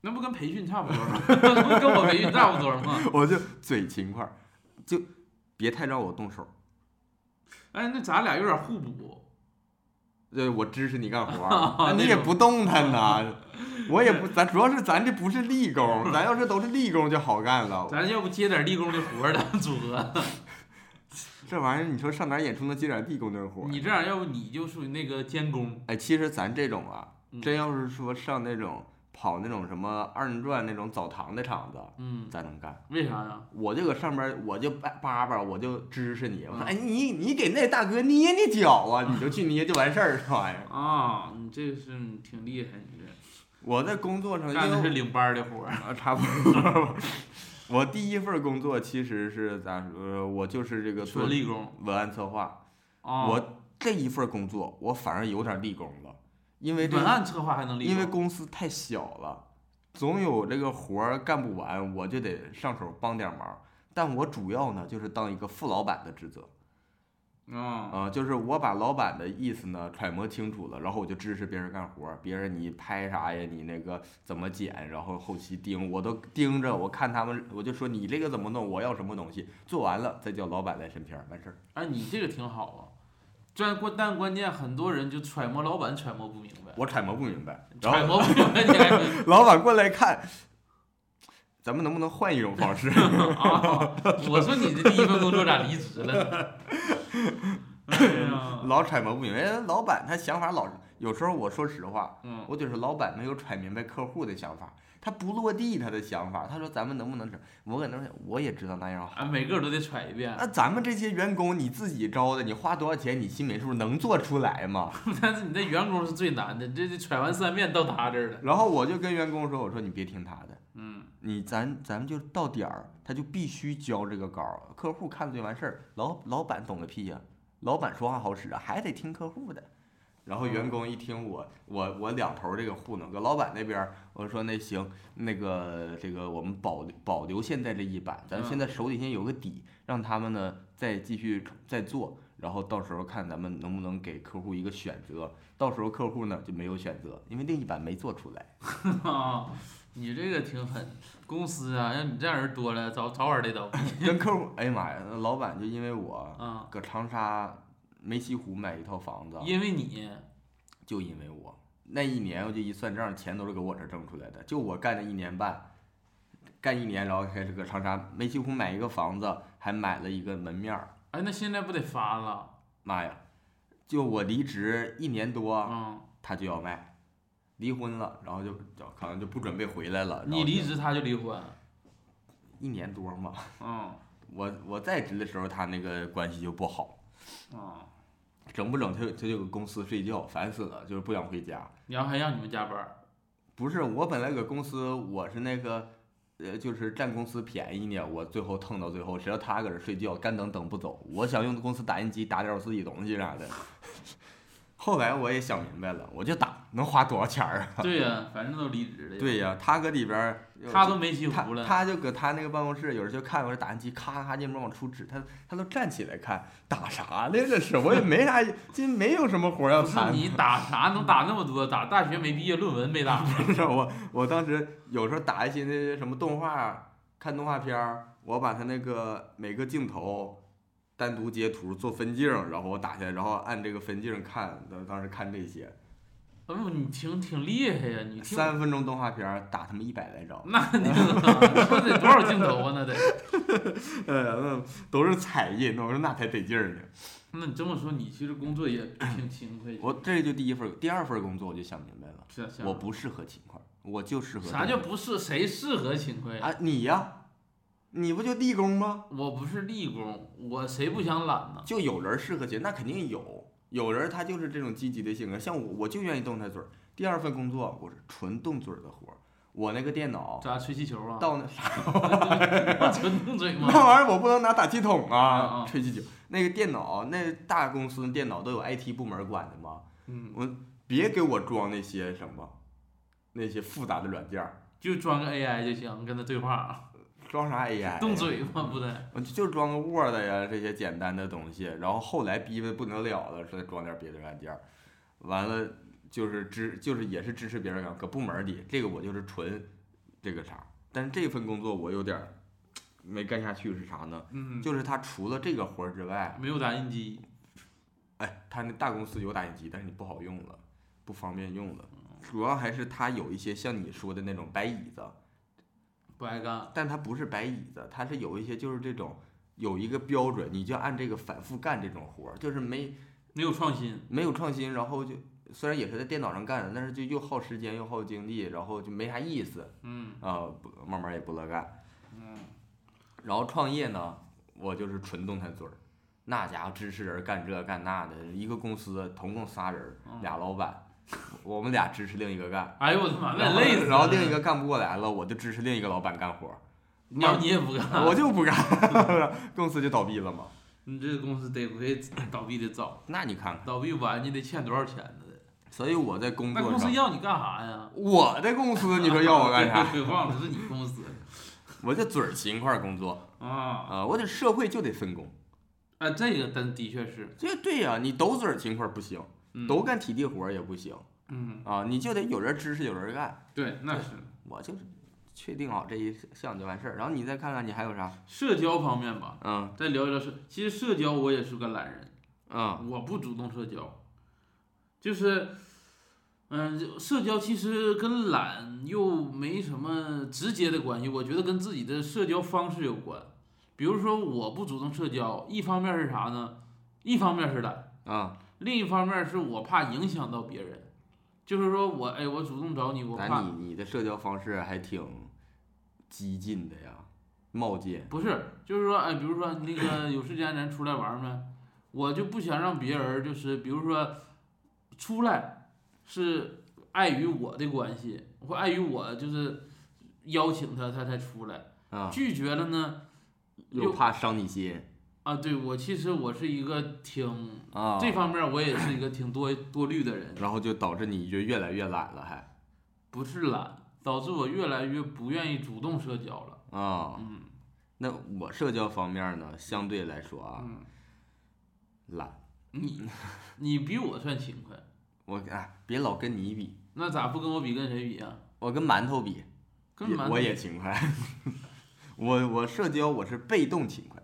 B: 那不跟培训差不多 吗？那不跟我培训差不多吗？
A: 我就嘴勤快，就别太让我动手。
B: 哎，那咱俩有点互补。
A: 呃，我支持你干活儿，那你
B: 那
A: 也
B: 种
A: 不动弹 呐，我也不，咱主要是咱这不是立功，咱要是都是立功就好干了。
B: 咱要不接点立功的活儿，咱组合。
A: 这玩意儿，你说上哪儿演出能接点地工这活儿？
B: 你这样，要不你就属于那个监工，
A: 哎，其实咱这种啊，
B: 嗯
A: 真要是说上那种跑那种什么二人转那种澡堂的场子，
B: 嗯，
A: 咱能干。
B: 为啥呀？
A: 我就搁上边儿，我就叭叭叭，我就支持你。我说
B: 嗯
A: 哎，你你给那大哥捏捏脚啊，你就去捏就完事儿，哎这玩意儿。
B: 啊，你这是你挺厉害，你这
A: 我在工作上
B: 干的
A: 因
B: 是
A: 为
B: 领班儿的活儿。
A: 啊， 差不多 吧。我第一份工作其实是咋说，呃我就是这个做
B: 纯立功
A: 文案策划。
B: 啊，
A: 我这一份工作，我反而有点立功了，因为这
B: 文案策划还能立功，
A: 因为公司太小了，总有这个活儿干不完，我就得上手帮点忙。但我主要呢，就是当一个副老板的职责
B: 啊，
A: 啊、就是我把老板的意思呢揣摩清楚了，然后我就支持别人干活儿。别人你拍啥呀，你那个怎么剪，然后后期盯，我都盯着，我看他们，我就说你这个怎么弄，我要什么东西，做完了再叫老板来审片儿，完事儿。
B: 哎，你这个挺好啊。但关但关键很多人就揣摩老板揣摩不明白，
A: 我揣摩不明白，然
B: 揣
A: 后
B: 摩不明白你还
A: 老板过来看，咱们能不能换一种方式？
B: 啊！我说你这第一份工作咋离职了呢？哎呀，
A: 老揣摩不明白，哎老板他想法老有时候我说实话，
B: 嗯，
A: 我就是老板没有揣明白客户的想法，他不落地他的想法。他说咱们能不能整？我搁那儿想，我也知道那样好。
B: 啊，每个都得揣一遍，
A: 那咱们这些员工你自己招的，你花多少钱，你心里是不是能做出来吗？
B: 但是你这员工是最难的，这这揣完三遍到他这儿了，
A: 然后我就跟员工说，我说你别听他的，
B: 嗯，
A: 你咱咱们就到点儿，他就必须交这个稿儿，客户看了就完事儿。老老板懂个屁呀、老板说话好使啊，还得听客户的。然后员工一听我我我两头儿这个糊弄，搁老板那边儿我说那行，那个这个我们保留保留现在这一版，咱现在手底下有个底，让他们呢再继续再做，然后到时候看咱们能不能给客户一个选择。到时候客户呢就没有选择，因为另一版没做出来。
B: 啊，你这个挺狠，公司啊，让你这样人多了，早早晚得倒闭
A: 跟客户，哎呀妈呀，那老板就因为我
B: 啊，
A: 搁长沙梅西湖买一套房子，
B: 因为你
A: 就因为我那一年我就一算账，钱都是搁我这儿挣出来的，就我干了一年半，干一年，然后开始搁长沙梅西湖买一个房子，还买了一个门面儿，
B: 哎，那现在不得发了
A: 妈呀！就我离职一年多，
B: 啊？
A: 他就要卖，离婚了，然后就就可能就不准备回来了。然后
B: 你离
A: 就
B: 职他就离婚，
A: 一年多嘛，
B: 嗯
A: 我我在职的时候，他那个关系就不好。
B: 嗯，
A: 整不整他就他就搁公司睡觉，烦死了，就是不想回家。
B: 然后还让你们加班 儿，
A: 不是我本来搁公司，我是那个，呃，就是占公司便宜呢，我最后腾到最后，谁让他搁这睡觉，干等等不走。我想用公司打印机打点我自己东西啥的。 后来我也想明白了，我就打，能花多少钱儿啊？
B: 对呀、反正都离职了呀。
A: 对呀、他搁里边儿，
B: 他都没西
A: 他
B: 湖了，
A: 他就搁他那个办公室，有人就看我这打印机，咔咔键盘往出指，他他都站起来看，打啥呢？这是我也没啥，这没有什么活儿要
B: 不
A: 谈
B: 是。你打啥能打那么多？打大学没毕业，论文没打。
A: 是我我当时有时候打一些那些什么动画，看动画片儿，我把它那个每个镜头单独截图做分镜，然后我打下来，然后按这个分镜看，当当时看这些
B: 哎呦，你挺挺厉害呀、你听，
A: 三分钟动画片儿打他们一百来 招，
B: 那你说得多少镜头啊？那得，
A: 呃，那都是彩印，我说那才得劲儿呢。
B: 那你这么说，你其实工作也挺勤快的。
A: 我这就第一份，第二份工作我就想明白了，
B: 是啊是啊
A: 我不适合勤快，我就适合
B: 啥
A: 动
B: 叫不是谁适合勤快？
A: 啊你呀、你不就地工吗？
B: 我不是立功，我谁不想懒呢？
A: 就有人适合勤，那肯定有。有人他就是这种积极的性格，像我，我就愿意动他嘴儿。第二份工作我是纯动嘴儿的活儿，我那个电脑
B: 咋吹气球啊？
A: 到那啥
B: 纯动嘴
A: 那
B: 吗？
A: 玩意儿我不能拿打气筒
B: 啊
A: 啊
B: 啊，
A: 吹气球。那个电脑，那大公司的电脑都有 IT 部门管的嘛，
B: 嗯，
A: 别给我装那些什么那些复杂的软件儿，
B: 就装个 AI 就行，跟他对话。啊
A: 装啥啊 AI？呀
B: 动嘴吗？不得，
A: 我就就装个 Word 呀这些简单的东西，然后后来逼问不能了了，说装点别的软件儿，完了就是支就是也是支持别人啊，搁部门里这个我就是纯这个啥，但是这份工作我有点儿没干下去是啥呢？
B: 嗯，
A: 就是他除了这个活儿之外，
B: 没有打印机，
A: 哎，他那大公司有打印机，但是你不好用了，不方便用了，主要还是他有一些像你说的那种摆椅子，
B: 不爱干。
A: 但它不是摆椅子，它是有一些就是这种有一个标准，你就按这个反复干这种活儿，就是没
B: 没有创新，
A: 没有创新，然后就虽然也是在电脑上干的，但是就又耗时间又耗精力，然后就没啥意思
B: 嗯
A: 啊、不慢慢也不乐干。
B: 嗯，
A: 然后创业呢，我就是纯动弹嘴儿，那家伙支持人干这干那的，一个公司同共仨人
B: 嗯
A: 儿，俩老板，我们俩支持另一个干，
B: 哎呦我的妈，
A: 然
B: 那
A: 后
B: 累死了。
A: 然后另一个干不过来了，我就支持另一个老板干活儿。啊
B: 要不你也不干，
A: 我就不干，公司就倒闭了嘛。
B: 你这个公司得亏倒闭的 早，
A: 那你看看，
B: 倒闭完你得欠多少钱呢？
A: 所以我在工
B: 那
A: 作
B: 公司
A: 上，
B: 要你干啥呀？
A: 我的公司，你说要我干啥？
B: 对，对忘了是你公司
A: 我这嘴儿勤快工作
B: 啊！
A: 啊、我得社会就得分工。
B: 哎，这个但的确是，
A: 这对呀、你都嘴儿勤快不行，
B: 嗯
A: 都干体力活儿也不行
B: 嗯，
A: 啊、你就得有人支持，有人干。
B: 对，那是
A: 我就是确定好这一项就完事儿，然后你再看看你还有啥？
B: 社交方面吧。
A: 嗯
B: 再聊一聊社，其实社交我也是个懒人，
A: 嗯
B: 啊我不主动社交，就是，嗯、就社交其实跟懒又没什么直接的关系，我觉得跟自己的社交方式有关。比如说，我不主动社交，一方面是啥呢？一方面是懒，
A: 嗯，
B: 另一方面是我怕影响到别人。就是说我哎，我主动找你，我怕
A: 咱你你的社交方式还挺激进的呀，冒进。
B: 不是，就是说，哎，比如说那个有时间咱出来玩儿没？我就不想让别人儿就是，比如说出来是碍于我的关系，或碍于我就是邀请他，他才出来。
A: 啊，
B: 拒绝了呢，
A: 又怕伤你心
B: 啊，对我其实我是一个挺
A: 啊，
B: 这方面儿我也是一个挺多多虑的人，
A: 然后就导致你就越来越懒了还，
B: 不是懒，导致我越来越不愿意主动社交了。
A: 啊、
B: 嗯
A: 那我社交方面呢，相对来说啊，
B: 嗯，
A: 懒。
B: 你你比我算勤快，
A: 我哎，别老跟你比，
B: 那咋不跟我比跟谁比啊？
A: 我跟馒头比，
B: 跟
A: 也
B: 馒头
A: 我也勤快。 我我社交我是被动勤快，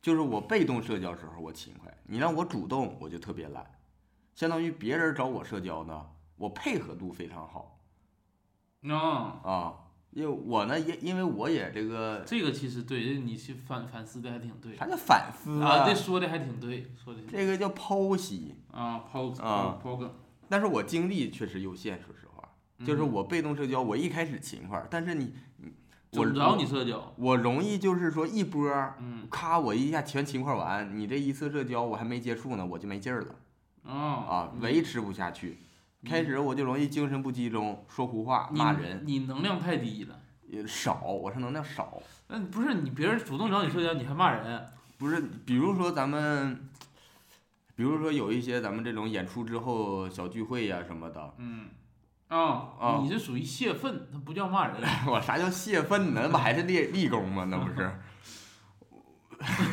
A: 就是我被动社交时候我勤快，你让我主动我就特别懒，相当于别人找我社交呢，我配合度非常好
B: 啊。
A: 啊，因为我呢也因为我也这个
B: 这个其实对，你去反反思的还挺对
A: 啥叫反思
B: 啊，这说的还挺对，说的
A: 这个叫剖析。
B: 啊，抛抛
A: 啊
B: 抛梗，嗯
A: 但是我精力确实有限，说实话，就是我被动社交，我一开始勤快，但是你，你
B: 怎
A: 我
B: 么着你社交，
A: 我容易就是说一波，
B: 嗯
A: 咔，我一下全勤快完，你这一次社交我还没结束呢，我就没劲儿了
B: 啊
A: 啊，
B: 嗯
A: 维持不下去。开始我就容易精神不集中，说胡话，
B: 你
A: 骂人
B: 你能量太低了。
A: 也少，我是能量少，
B: 那不是你别人主动找你社交，你还骂 人，
A: 不是，比如说咱们，比如说有一些咱们这种演出之后小聚会呀、什么的，
B: 嗯
A: 啊
B: 啊，你这属于泄愤，那不叫骂人，
A: 我啥叫泄愤呢？那不还是立立功吗？那不是。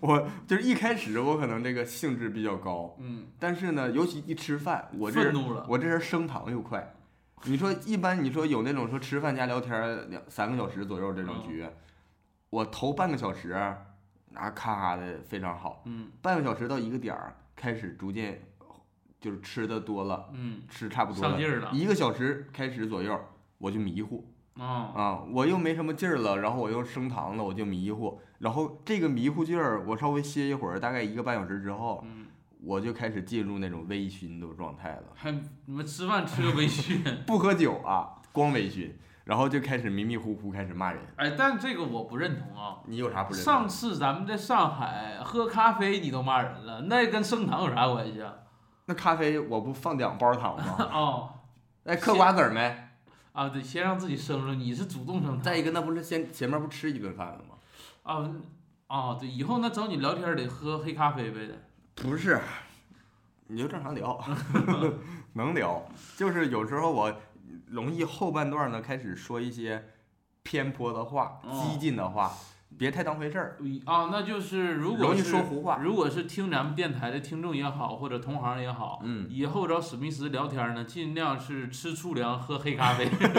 A: 我就是一开始我可能这个兴致比较高，
B: 嗯，
A: 但是呢，尤其一吃饭， 我这
B: 愤
A: 人
B: 怒了，
A: 我这人升糖又快。你说一般，你说有那种说吃饭加聊天儿两三个小时左右这
B: 嗯
A: 种局，我头半个小时啊咔的非常好，
B: 嗯
A: 半个小时到一个点儿开始逐渐就是吃的多了，
B: 嗯，
A: 吃差不多
B: 上
A: 了，
B: 劲儿了
A: 一个小时开始左右我就迷糊，
B: 啊，
A: 啊，我又没什么劲儿了，然后我又升糖了，我就迷糊，然后这个迷糊劲儿，我稍微歇一会儿，大概一个半小时之后，
B: 嗯，
A: 我就开始进入那种微醺的状态了，
B: 还你们吃饭吃个微醺，
A: 不喝酒啊，光微醺，然后就开始迷迷糊糊开始骂人。
B: 哎，但这个我不认同啊，
A: 你有啥不认同？
B: 上次咱们在上海喝咖啡，你都骂人了，那跟升糖有啥 关系啊？
A: 那咖啡我不放两包糖 吗？
B: 哦，
A: 哎，嗑瓜子儿没？
B: 啊，对，先让自己升升，你是主动升糖。
A: 再一个，那不是先前面不吃一顿饭了吗？
B: 啊，嗯哦，对，以后那找你聊天得喝黑咖啡呗。
A: 不是，你就正常 聊， 能聊。就是有时候我容易后半段呢开始说一些偏颇的话、
B: 哦
A: 激进的话，别太当回事儿。
B: 啊，那就是如果
A: 容易
B: 是
A: 说胡话
B: 如果是听咱们电台的听众也好，或者同行也好，
A: 嗯，
B: 以后找史密斯聊天呢，尽量是吃粗粮，喝黑 咖啡，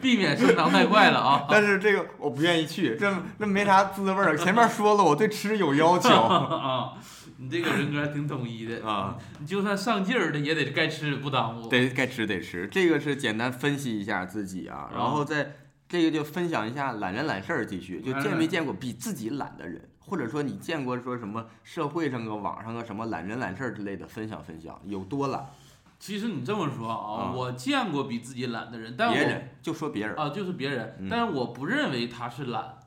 B: 避免升堂带怪了 啊。
A: 嗯但是这个我不愿意去，这这没啥滋味儿。前面说了，我对吃有要 求
B: 啊，你这个人格还挺统一的，
A: 啊，
B: 你就算上劲儿的也得该吃不耽误。
A: 得该吃得吃。这个是简单分析一下自己啊，然后再这个就分享一下懒人懒事儿，继续就见没见过比自己懒的人，或者说你见过说什么社会上个网上个什么懒人懒事儿之类的，分享分享有多懒，
B: 其实你这么说啊，
A: 啊
B: 我见过比自己懒的人，但
A: 别
B: 我
A: 人就说别人，
B: 啊就是别人
A: 嗯，
B: 但是我不认为他是懒，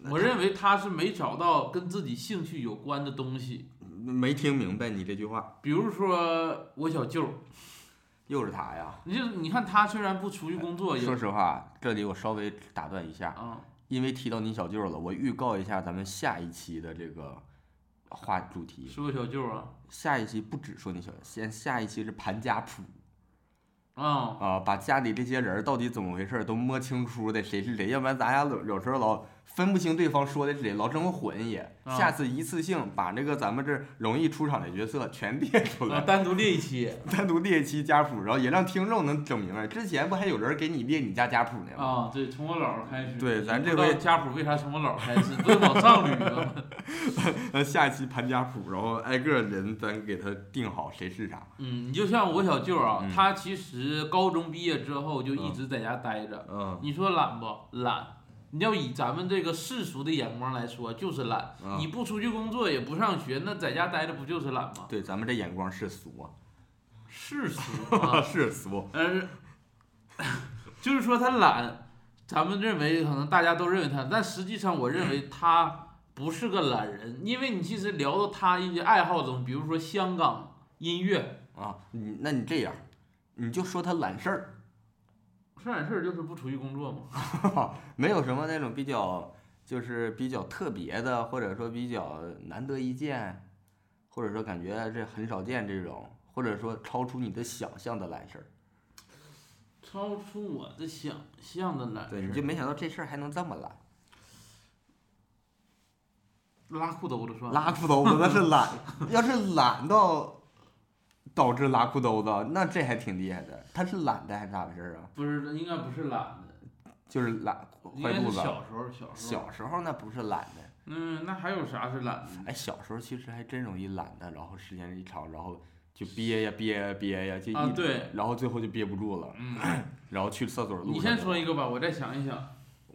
A: 那
B: 我
A: 他
B: 认为他是没找到跟自己兴趣有关的东西。
A: 没听明白你这句话，
B: 比如说我小舅儿，
A: 又是他呀。
B: 你就你看他虽然不出去工作，也
A: 说实话，这里我稍微打断一下，
B: 啊，
A: 因为提到你小舅了，我预告一下咱们下一期的这个话主题。
B: 说我小舅儿啊，
A: 下一期不只说你小舅，先下一期是盘家谱
B: 啊，
A: 啊、把家里这些人儿到底怎么回事儿都摸清楚得谁是谁，要不然咱俩有有时候老分不清对方说的是谁，老整混也。
B: 啊
A: 下次一次性把这个咱们这儿容易出场的角色全列出
B: 啊
A: 来，
B: 单独列一期
A: 单独列一期家谱，然后也让听众能整明白。之前不还有人给你列你家家谱呢吗？
B: 啊，对，从我姥儿开始。
A: 对咱
B: 不
A: 这
B: 知道
A: 回
B: 家谱为啥从我姥儿开始，不是往上捋吗？
A: 那呃下一期盘家谱，然后挨个人咱给他定好谁是啥。
B: 嗯，你就像我小舅儿啊，
A: 嗯
B: 他其实高中毕业之后就一直在家待着。
A: 嗯，
B: 你说懒不懒？你要以咱们这个世俗的眼光来说，就是懒。
A: 嗯
B: 你不出去工作，也不上学，那在家待着不就是懒吗？
A: 对，咱们这眼光世俗，
B: 世俗 啊
A: 世俗。
B: 但是 就是说他懒，咱们认为可能大家都认为他，但实际上我认为他不是个懒人，因为你其实聊到他一些爱好中，比如说香港音乐，
A: 啊，你那你这样，你就说他懒事儿，
B: 说点事儿就是不出去工作嘛。
A: 没有什么那种比较，就是比较特别的，或者说比较难得一见，或者说感觉这很少见这种，或者说超出你的想象的懒事儿。
B: 超出我的想象的懒
A: 对，你
B: 事
A: 就没想到这事儿还能这么懒，
B: 儿拉裤兜子算
A: 拉裤兜子那是懒，要是懒到。导致拉裤兜子，那这还挺厉害的。他是懒的还是咋回事儿啊？
B: 不是，应该不是懒的，
A: 就是懒
B: 应
A: 坏
B: 该
A: 肚
B: 是
A: 子。啊
B: 小时候，小时候。
A: 小时候那不是懒的，
B: 嗯，那还有啥是懒的？
A: 哎，小时候其实还真容易懒的，然后时间一长，然后就憋呀憋呀憋呀，就一、
B: 啊对
A: 然后最后就憋不住了，
B: 嗯，
A: 然后去厕所哎路。
B: 你先说一，个吧，我再想一想。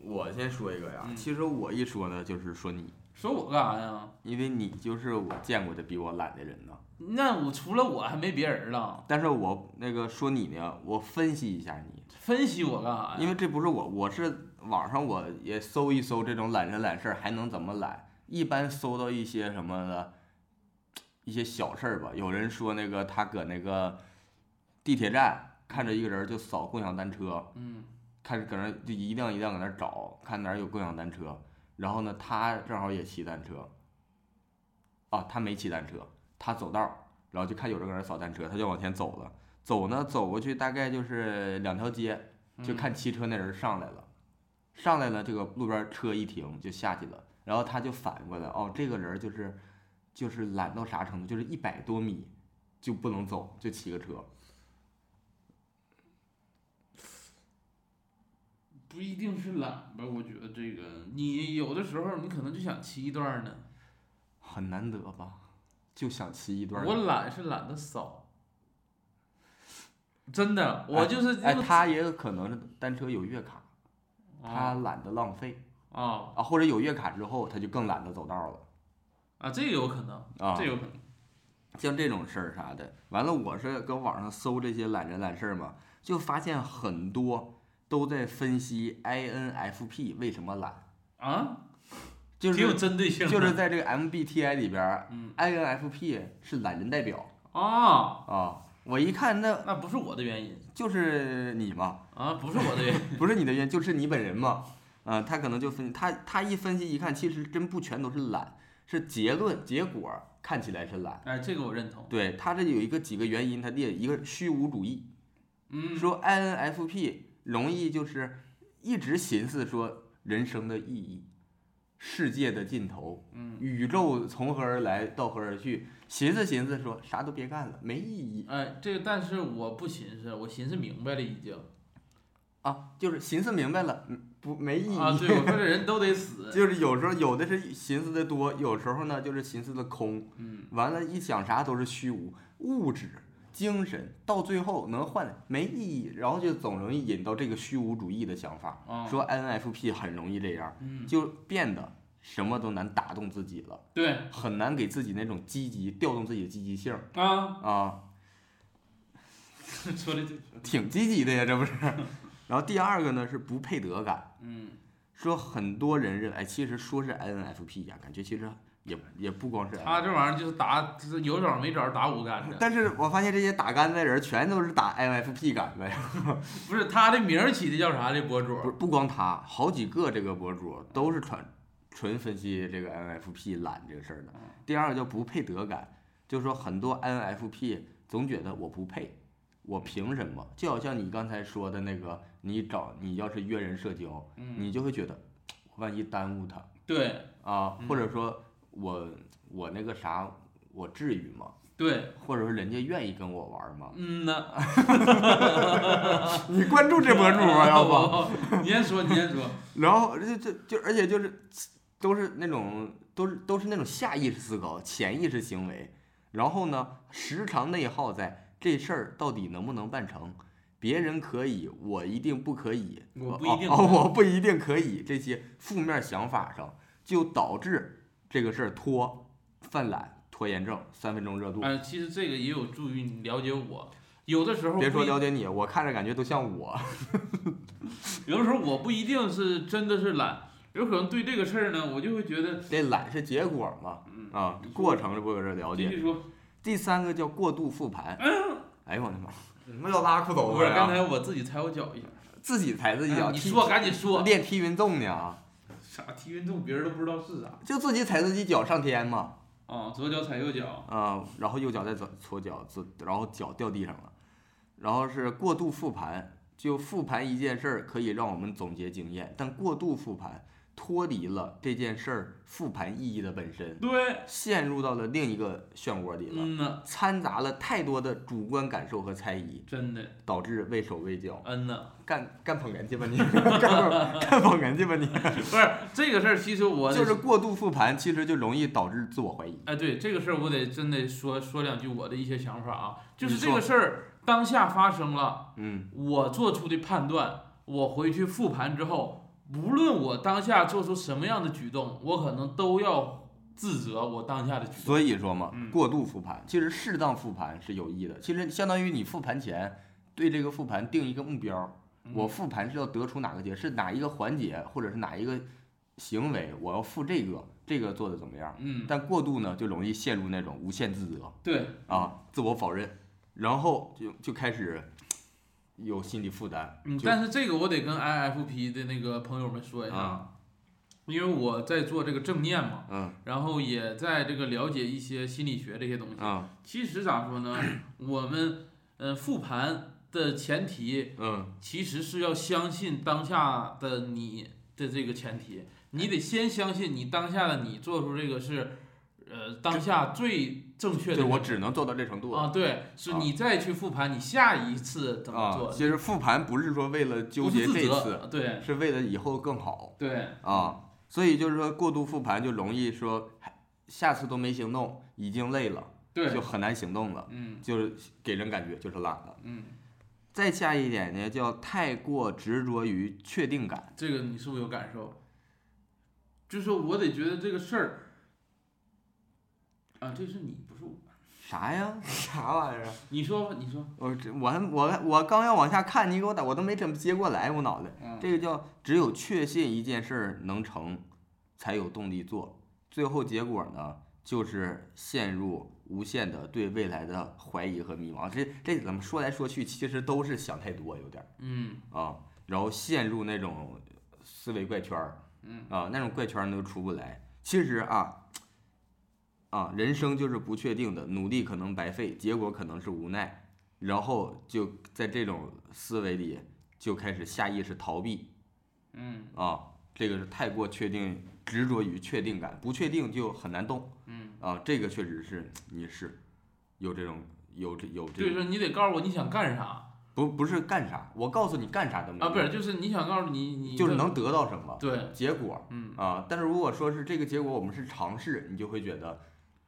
A: 我先说一个呀。
B: 嗯
A: 其实我一说呢，就是说你，
B: 说我干啥呀？
A: 因为你就是我见过的比我懒的人呢。
B: 那我除了我还没别人了，
A: 但是我那个说你呢，我分析一下你，
B: 分析我干啥呀？
A: 因为这不是我，我是网上我也搜一搜这种懒人懒事儿还能怎么懒，一般搜到一些什么的，一些小事儿吧。有人说那个他搁那个地铁站看着一个人就扫共享单车，
B: 嗯
A: 看搁那就一辆一辆搁那找，看哪儿有共享单车。然后呢，他正好也骑单车，啊，他没骑单车，他走道儿，然后就看有人搁那扫单车，他就往前走了。走呢，走过去大概就是两条街，
B: 嗯
A: 就看骑车那人上来了，上来了，这个路边车一停就下去了，然后他就反应过来，哦，这个人就是就是懒到啥程度，就是一百多米就不能走，就骑个车。
B: 不一定是懒吧？我觉得这个，你有的时候你可能就想骑一段呢。
A: 很难得吧？就想骑一段儿。
B: 我懒是懒得扫，真的，我就是
A: 哎，
B: 这个
A: 他也有可能是单车有月卡，他
B: 啊
A: 懒得浪费
B: 啊
A: 啊，或者有月卡之后他就更懒得走道了
B: 啊，这个有可能，
A: 啊。
B: 这个有可能。
A: 像这种事儿啥的，完了我是搁网上搜这些懒人懒事儿嘛，就发现很多都在分析 INFP 为什么懒，
B: 啊，
A: 就
B: 挺有
A: 是
B: 针对性的，
A: 就是在这个 MBTI 里边儿
B: 嗯
A: ，INFP 是懒人代表
B: 啊，
A: 啊。我一看那
B: 那不是我的原因
A: 就是你嘛，
B: 啊，不是我的原因，
A: 不是你的原因，就是你本人嘛。啊、他可能就分他他一分析一看，其实真不全都是懒，是结论结果看起来是懒。
B: 哎，这个我认同，
A: 对他这有一个几个原因，他列一个虚无主义，
B: 嗯，
A: 说 INFP 容易就是一直寻思说人生的意义，世界的尽头，
B: 嗯，
A: 宇宙从何而来，到何而去，寻思寻思说啥都别干了，没意义
B: 哎，这个但是我不寻思，我寻思明白了已经
A: 啊，就是寻思明白了，嗯不没意义。，
B: 啊。对，我说这人都得死
A: 就是有时候有的是寻思的多，有时候呢就是寻思的空，
B: 嗯，
A: 完了，一想啥都是虚无、物质、精神，到最后能换没意义，然后就总容易引到这个虚无主义的想法。
B: 啊，
A: 说 NFP 很容易这样，
B: 嗯，
A: 就变得什么都难打动自己了，
B: 对
A: 很难给自己那种积极调动自己的积极性
B: 啊，
A: 啊，
B: 说的就，
A: 挺积极的呀，这不是。然后第二个呢是不配得感，
B: 嗯，
A: 说很多人认为，哎，其实说是 NFP 呀、感觉其实也也不光是 NFP。
B: 他这玩意儿就是打，就是有找没找打五 杆的，
A: 但是我发现这些打杆的人全都是打 NFP 杆的，
B: 不是他的名儿起的叫啥？这博主
A: 不是不光他，好几个这个博主都是纯纯分析这个 NFP 懒这个事儿的
B: 嗯。
A: 第二个叫不配得感，就是说很多 NFP 总觉得我不配，我凭什么？就好像你刚才说的那个，你找你要是约人社交，
B: 嗯
A: 你就会觉得万一耽误他
B: 对
A: 啊，或
B: 嗯
A: 者说我我那个啥，我至于吗？
B: 对，
A: 或者说人家愿意跟我玩 吗？
B: 嗯呐，
A: 你关注这博主啊，要不？
B: 不？ 你先说，你先说，
A: 然后这这就而且就是都是那种都是都是那种下意识思考、潜意识行为，然后呢，时常内耗在这事儿到底能不能办成，别人可以，我一定不可以，
B: 我不
A: 哦
B: 一定
A: 哦
B: 能
A: 我不一定可以，这些负面想法上就导致这个事儿拖、犯懒、拖延症、三分钟热度。
B: 哎，其实这个也有助于你了解我。有的时候
A: 别
B: 不
A: 说
B: 一
A: 了解你，我看着感觉都像 我。
B: 有的时候我不一定是真的是懒，有可能对这个事儿呢，我就会觉得，
A: 这懒是结果嘛，
B: 嗯，
A: 啊，过程是不是了
B: 继
A: 解？
B: 续说，
A: 第三个叫过度复盘。
B: 嗯
A: 哎呦我的妈！什么叫拉裤头啊
B: 不是啊刚才我自己踩我脚一下，
A: 自己踩自己脚，
B: 哎你
A: 踢
B: 说赶紧说，
A: 练踢云纵呢啊，
B: 啥踢运动别人都不知道是啥
A: 就自己踩自己脚上天嘛，
B: 啊，左脚踩右脚，
A: 啊、然后右脚再左左脚，自然后脚掉地上了，然后是过度复盘，就复盘一件事儿可以让我们总结经验，但过度复盘脱离了这件事儿复盘意义的本身，
B: 对，
A: 陷入到了另一个漩涡里了，
B: 嗯呐，
A: 掺杂了太多的主观感受和猜疑，
B: 真的，
A: 导致畏手畏脚。
B: 嗯 呐，
A: 干干捧哏去吧你，干捧干捧哏去吧你，
B: 不是这个事儿，其实我
A: 就是过度复盘，其实就容易导致自我怀疑。
B: 哎，对这个事儿，我得真得说说两句我的一些想法啊，就是
A: 你
B: 这个
A: 说
B: 事儿当下发生了。
A: 嗯，
B: 我做出的判断，我回去复盘之后，无论我当下做出什么样的举动，我可能都要自责我当下的举动。
A: 所以说嘛
B: 嗯，
A: 过度复盘，其实适当复盘是有益的。其实相当于你复盘前对这个复盘定一个目标，
B: 嗯
A: 我复盘是要得出哪个结，是哪一个环节或者是哪一个行为，我要复这个，这个做的怎么样？
B: 嗯，
A: 但过度呢，就容易陷入那种无限自责。
B: 对，
A: 啊，自我否认，然后就就开始有心理负担。
B: 嗯，
A: 就
B: 但是这个我得跟 IFP 的那个朋友们说一下，
A: 啊
B: 因为我在做这个正念嘛，
A: 嗯
B: 然后也在这个了解一些心理学这些东西。
A: 嗯
B: 其实咋说呢，我们嗯、呃复盘的前提
A: 嗯，
B: 其实是要相信当下的你的这个前提，你得先相信你当下的你做出这个是，呃，当下最正确
A: 对
B: 的。
A: 我只能做到这程度
B: 啊，对，是
A: 啊
B: 你再去复盘你下一次怎么
A: 啊。
B: 做，
A: 其实复盘不是说为了纠
B: 不
A: 结
B: 是自
A: 这次，
B: 责，啊对
A: 是为了以后更好
B: 对，
A: 啊。所以就是说，过度复盘就容易说，下次都没行动，已经累了，就
B: 对，
A: 很难行动了，
B: 嗯
A: 就是给人感觉就是懒了。
B: 嗯，
A: 再下一点呢，叫太过执着于确定感。
B: 这个你是不是有感受？就是我得觉得这个事儿，啊，这是你不是我，
A: 啥呀？ 啥玩意儿啊？
B: 你说吧，你说，
A: 我这我还我还我刚要往下看，你给我打，我都没怎么接过来，我脑袋。
B: 嗯，
A: 这个叫只有确信一件事儿能成，才有动力做。最后结果呢，就是陷入无限的对未来的怀疑和迷茫。这这怎么说来说去，其实都是想太多，有点儿
B: 嗯
A: 啊，然后陷入那种思维怪圈儿，
B: 嗯
A: 啊，那种怪圈儿都出不来。其实啊。啊，人生就是不确定的，努力可能白费，结果可能是无奈，然后就在这种思维里就开始下意识逃避，
B: 嗯
A: 啊，这个是太过确定，执着于确定感，不确定就很难动
B: 嗯，
A: 啊。这个确实是你是有这种有这有
B: 就
A: 这
B: 是说你得告诉我你想干啥啊，
A: 不不是干啥，我告诉你干啥都没用
B: 不是，就是你想告诉你你
A: 嗯就是
B: 的
A: 能得到什么
B: 对，
A: 结果
B: 嗯
A: 啊。但是如果说是这个结果我们是尝试，你就会觉得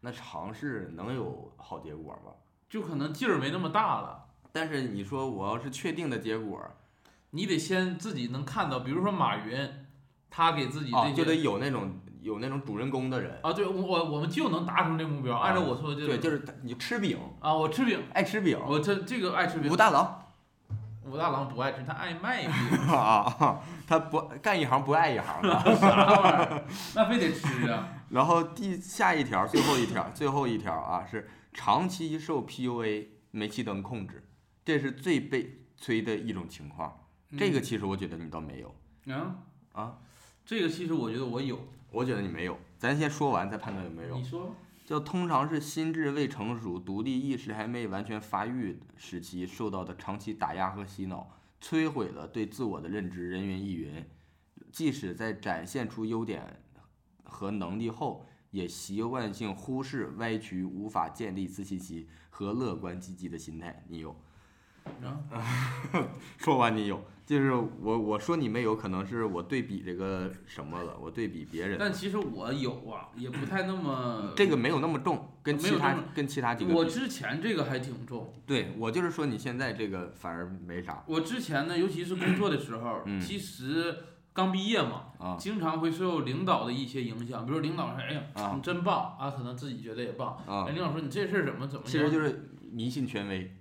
A: 那尝试能有好结果吗？
B: 就可能劲儿没那么大了。
A: 但是你说我要是确定的结果
B: 你得先自己能看到，比如说马云，他给自己
A: 啊，
B: 这
A: 就得
B: 些
A: 有那种有那种主人公的人，
B: 啊，对我我我们就能达成这目标。按照我说的，
A: 啊对，就是他你吃饼
B: 啊，我吃饼，
A: 爱吃饼，
B: 我这这个爱吃饼
A: 武，大郎
B: 武大郎不爱吃，他爱卖饼，
A: 啊，他不干一行不爱一行 的。
B: 啥玩意儿？那非得吃啊！
A: 然后第下一条，最后一条，最后一条啊是长期受 PUA 煤气灯控制，这是最被催的一种情况。 这个其实我觉得你倒没有，
B: 嗯
A: 啊，
B: 这个其实我觉得我有，
A: 我觉得你没有。咱先说完再判断有没有
B: 你。说
A: 就通常是心智未成熟、独立意识还没完全发育时期受到的长期打压和洗脑，摧毁了对自我的认知，人云亦云。即使在展现出优点和能力后，也习惯性忽视、歪曲，无法建立自信心和乐观积极的心态。你有？
B: 啊，
A: 说完你有？就是我我说你没有，可能是我对比这个什么了，我对比别人
B: 但
A: 了，
B: 其实我有啊，也不太那么
A: 这个没有那么重，跟
B: 呃没
A: 其
B: 有
A: 他
B: 那么
A: 跟其他几个
B: 我
A: 比
B: 之前这个还挺重，
A: 对我就是说你现在这个反而没啥
B: 我之前呢，尤其是工作的时候，
A: 嗯
B: 其实刚毕业嘛，
A: 啊
B: 经常会受领导的一些影响，比如领导说：“哎呀，
A: 啊
B: 你真棒啊！”可能自己觉得也棒。
A: 啊
B: 哎，，领导说：“你这事儿怎么怎么样？”
A: 其实就是迷信权威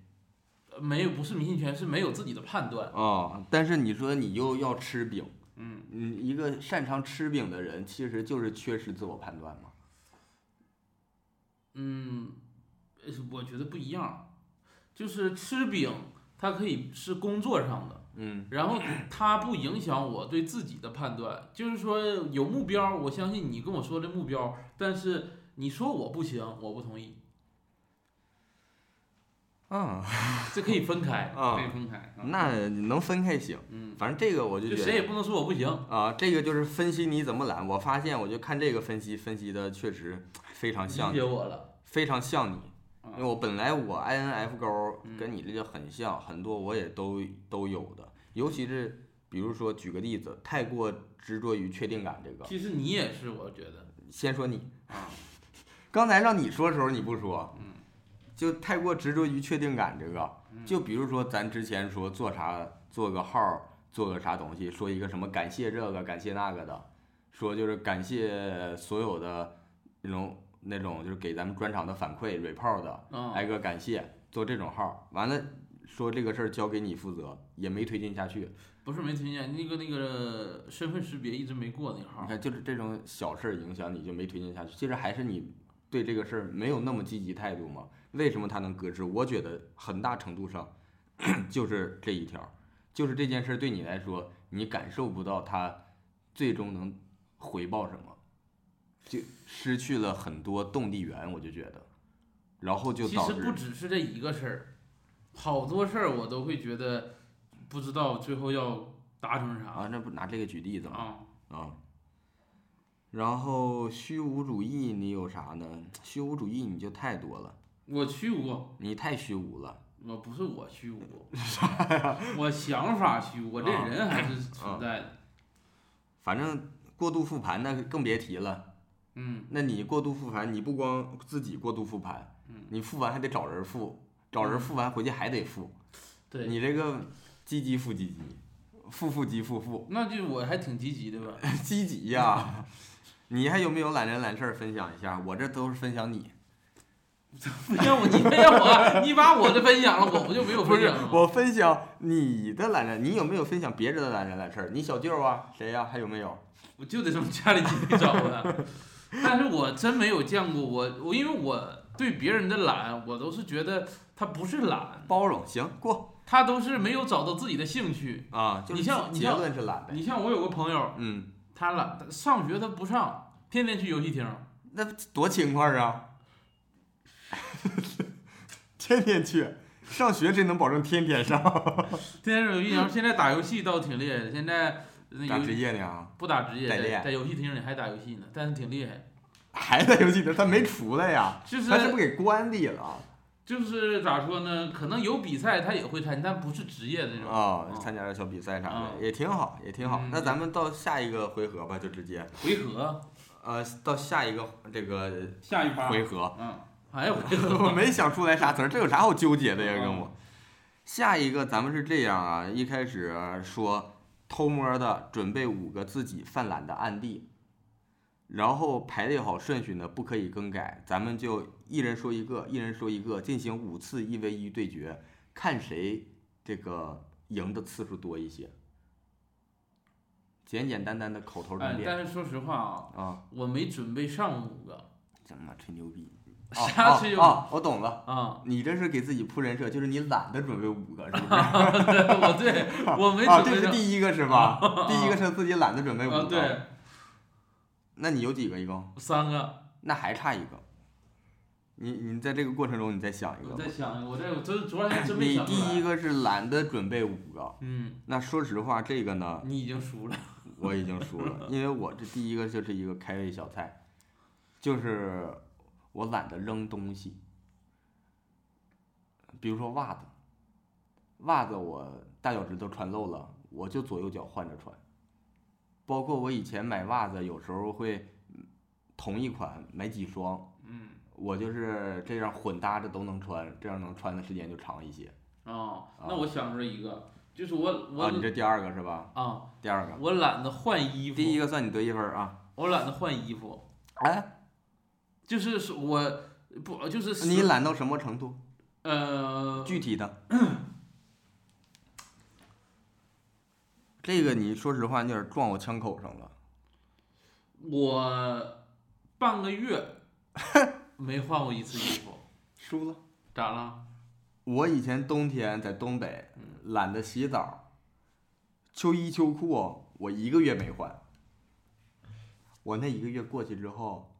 B: 呃没有，不是迷信权，是没有自己的判断。
A: 啊。但是你说你又要吃饼，
B: 嗯，
A: 你一个擅长吃饼的人，其实就是缺失自我判断嘛。
B: 嗯，呃我觉得不一样，就是吃饼，它可以是工作上的，
A: 嗯
B: 然后它不影响我对自己的判断。就是说有目标，我相信你跟我说的目标，但是你说我不行，我不同意，嗯
A: 啊，
B: 这可以分开，
A: 啊
B: 可以分开。啊
A: 那能分开行，
B: 嗯，
A: 反正这个我就
B: 就
A: 觉
B: 谁也
A: 得。
B: 不能说我不行。
A: 啊，这个就是分析你怎么懒。我发现，我就看这个分析，分析的确实非常像你
B: 理解，我了，
A: 非常像你。
B: 啊
A: 因为我本来我 INF 勾
B: 嗯
A: 跟你这个很像，很多我也都都有的，尤其是比如说举个例子，太过执着于确定感这个。
B: 其实你也是，我觉得
A: 先说你，
B: 啊，
A: 刚才让你说的时候你不说，
B: 嗯，
A: 就太过执着于确定感这个。
B: 嗯
A: 就比如说咱之前说做啥，做个号儿，做个啥东西，说一个什么感谢这个感谢那个的，说就是感谢所有的那种那种就是给咱们专场的反馈 report 的，
B: 啊，
A: 挨个感谢，做这种号儿，完了说这个事儿交给你负责，也没推进下去。
B: 不是没听见那个那个身份识别一直没过那个号
A: 你，看，就是这种小事儿影响你就没推进下去，其实还是你对这个事儿没有那么积极态度嘛。为什么它能搁置？我觉得很大程度上 就是这一条儿，就是这件事儿对你来说，你感受不到它最终能回报什么，就失去了很多动力源，我就觉得，然后就
B: 其
A: 导
B: 实
A: 致
B: 不只是这一个事儿，好多事儿我都会觉得不知道最后要达成啥
A: 啊，那不拿这个举例子吗？
B: 啊。
A: 啊。然后虚无主义你有啥呢？虚无主义你就太多了，
B: 我虚无，
A: 你太虚无了。
B: 我不是我虚无，我想法虚无，我这
A: 啊
B: 人还是存在的。
A: 反正过度复盘那更别提了。
B: 嗯，
A: 那你过度复盘，你不光自己过度复盘，
B: 嗯
A: 你复完还得找人复，找人复完回去还得复，
B: 对，
A: 你这个积极复积极，复复积复 复
B: 那就我还挺积 极的吧。
A: 积极呀、 你还有没有懒人懒事儿分享一下？我这都是分享你，
B: 不行，我你非要我，你把我的分享了，我不就没 有
A: 不
B: 分
A: 是
B: 享了吗？
A: 我分享你的懒人，你有没有分享别人的懒人懒事儿？你小舅啊，谁呀、还有没有？
B: 我就得从家里进去找他。但是我真没有见过我我，因为我对别人的懒，我都是觉得他不是懒，
A: 包容行过
B: 他都是没有找到自己的兴趣。
A: 啊，就是
B: 你像你
A: 结
B: 像
A: 论是懒呗。
B: 你像我有个朋友，
A: 嗯，
B: 他懒，他上学他不上，天天去游戏厅。
A: 那多勤快啊！ 天天去上学，谁能保证天天上？
B: 天天有一然后现在打游戏倒挺厉害的，现在那
A: 嗯打
B: 游
A: 职
B: 戏
A: 业呢啊，
B: 不打职业，
A: 代
B: 在
A: 练
B: 在游戏厅里还打游戏呢，但是挺厉害。
A: 还在游戏呢，他没出来呀，
B: 就是
A: 他是不是给关里了啊
B: 就是咋说呢？可能有比赛他也会参，但不是职业的那种。
A: 啊？
B: 嗯
A: 参加点小比赛啥
B: 啊
A: 的也挺好，也挺好
B: 嗯。
A: 那咱们到下一个回合吧，就直接
B: 回合，
A: 呃，到下一个这个
E: 下一趴
A: 回合，
B: 嗯，还有回
A: 我
B: 合，
A: 没想出来啥词儿，这有啥好纠结的呀？跟我，下一个咱们是这样啊，一开始说偷摸的准备五个自己犯懒的案例，然后排列好顺序呢，不可以更改，咱们就一人说一个，一人说一个，进行五次一 v 一对决，看谁这个赢的次数多一些。简简单单的口头
B: 哎
A: 论，辩
B: 但是说实话啊，
A: 啊，
B: 我没准备上啊 五个
A: 怎么吹牛逼？哦
B: 啥
A: 哦
B: 吹牛
A: 哦，我懂了。
B: 啊。
A: 你这是给自己铺人设，就是你懒得准备五个，是不是？
B: 对我对我没
A: 啊，
B: 准
A: 这
B: 备
A: 是
B: 上
A: 第一个是吧？第一个是自己懒得准备五个。
B: 啊，对，
A: 那你有几个一共？
B: 三个。
A: 那还差一个。你你在这个过程中，你再想一个
B: 我
A: 吧。
B: 再想一个，我这我这昨天还真没
A: 你
B: 想出
A: 第一
B: 来。
A: 个是懒得准备五个，
B: 嗯，
A: 那说实话，这个呢，
B: 你已经输了。
A: 我已经输了，因为我这第一个就是一个开胃小菜，就是我懒得扔东西，比如说袜子，袜子我大脚趾头穿漏了，我就左右脚换着穿，包括我以前买袜子，有时候会嗯同一款买几双，
B: 嗯，
A: 我就是这样混搭着都能穿，这样能穿的时间就长一些。
B: 哦，
A: 啊
B: 那我想出来一个，就是我我
A: 啊，你这第二个是吧？
B: 啊，
A: 第二个，
B: 我懒得换衣服。
A: 第一个算你得一分儿啊。
B: 我懒得换衣服，
A: 哎，
B: 就是是我不就是
A: 你
B: 是
A: 懒到什么程度？
B: 呃
A: 具体的，这个你说实话，你有点撞我枪口上了。
B: 我半 个月没换过一次衣服，
A: 输了。
B: 咋了？
A: 我以前冬天在东北
B: 嗯
A: 懒得洗澡，秋衣秋裤我一个月没换。我那一个月过去之后，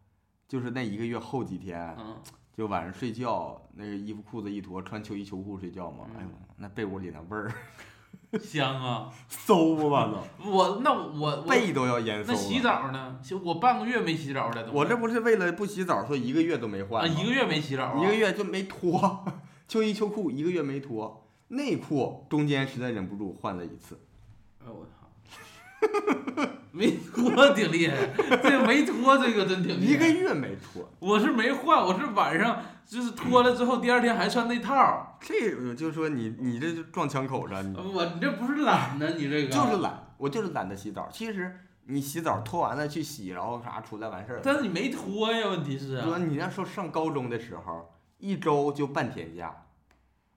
A: 就是那一个月后几天，
B: 嗯，
A: 就晚上睡觉那个衣服裤子一脱，穿秋衣秋裤睡觉嘛。
B: 嗯
A: 哎呦，那被窝里那味儿，
B: 香啊！
A: 馊吧都，
B: 我那我我
A: 被都要淹馊
B: 那
A: 了。
B: 洗澡呢？行我半个月没洗澡了都。
A: 我这不是为了不洗澡，所以一个月都没换
B: 啊
A: 吗、
B: 一个月没洗澡啊，
A: 一个月就没脱，秋衣秋裤一个月没脱，内裤中间实在忍不住换了一次。
B: 哎呦我操！ 没脱挺厉害，这没脱这个真挺
A: 一
B: 厉害。
A: 个月没脱，
B: 我是没换，我是晚上就是脱了之后，第二天还穿内套儿。
A: 这我就说你你这就撞枪口上，你
B: 呃我你这不是懒呢，你这个
A: 就是懒，我就是懒得洗澡。其实你洗澡脱完了去洗，然后啥出来完事儿了。
B: 但是你没脱呀，问题是啊。
A: 说你那时候上高中的时候，一周就半天假，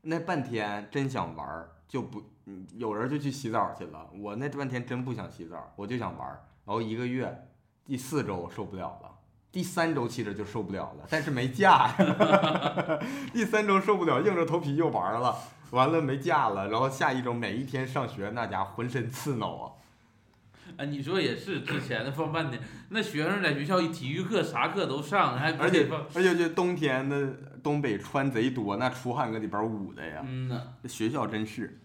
A: 那半天真想玩儿，就不，嗯有人就去洗澡去了。我那半天真不想洗澡，我就想玩儿。然后一个月，第四周受不了了，第三周其实就受不了了，但是没假呀。 第三周受不了，硬着头皮又玩儿了，完了没假了。然后下一周每一天上学，那家伙浑身刺挠啊。
B: 啊，你说也是，之前的放半天，那学生在学校一体育课啥课都上，还不
A: 而且
B: 得放。
A: 而且就冬天那东北穿贼多，那出汗搁里边儿捂的呀。
B: 嗯呐，
A: 这学校真是，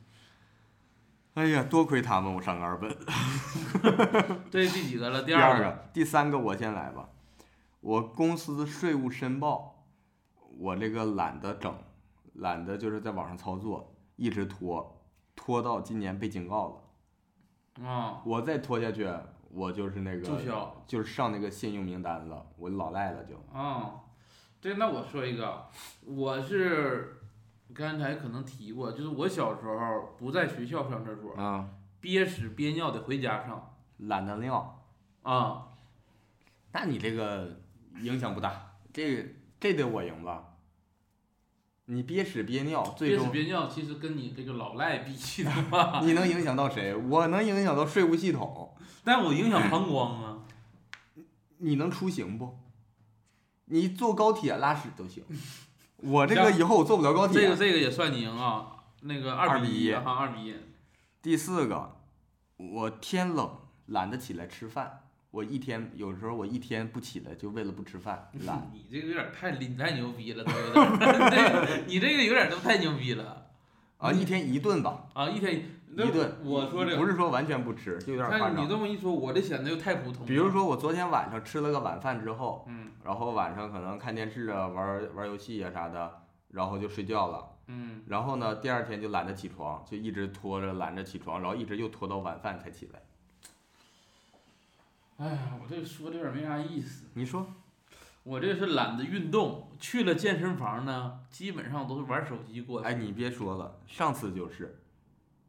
A: 哎呀，多亏他们我上个二本。
B: 这是第几个了？第
A: 第
B: 二
A: 二
B: 个。
A: 个、第三个我先来吧。我公司税务申报，我这个懒得整，懒得就是在网上操作，一直拖，拖到今年被警告了。
B: 啊、
A: 我再拖下去，我就是那
B: 注
A: 个，
B: 销
A: 就是上那个信用名单了，我老赖了就。
B: 啊。这那我说一个，我是刚才可能提过，就是我小时候不在学校上厕所，
A: 啊，
B: 憋屎憋尿得回家上
A: 懒得尿，
B: 啊。
A: 那你这个影响不大，这个这得我赢吧？你憋屎憋尿，最
B: 憋
A: 终
B: 屎憋尿其实跟你这个老赖比起的 话，
A: 你能影响到谁？我能影响到税务系统。
B: 但我影响膀胱啊。
A: 你能出行不？你坐高铁拉屎都行。我这个以后我坐不了高铁。
B: 这个这个也算你赢啊，那个
A: 二
B: 二
A: 比一
B: 一啊哈，二比一。
A: 第四个，我天冷懒得起来吃饭，我一天有时候我一天不起来就为了不吃饭 懒。
B: 你这个有点太厉太牛逼了，都有点儿，这个你这个有点儿都太牛逼了
A: 啊，一天一顿吧，
B: 啊！一天那
A: 一顿。
B: 我说这个
A: 不是说完全不吃，就有点夸
B: 但是你
A: 张。
B: 这么一说，我这显得又太普通了。
A: 比如，说我昨天晚上吃了个晚饭之后，
B: 嗯
A: 然后晚上可能看电视啊、玩玩游戏啊啥的，然后就睡觉了。
B: 嗯，
A: 然后呢，第二天就懒得起床，就一直拖着懒着起床，然后一直又拖到晚饭才起来。
B: 哎呀，我这说的有点没啥意思。
A: 你说
B: 我这是懒得运动，去了健身房呢，基本上都是玩手机过的。
A: 哎，你别说了，上次就是，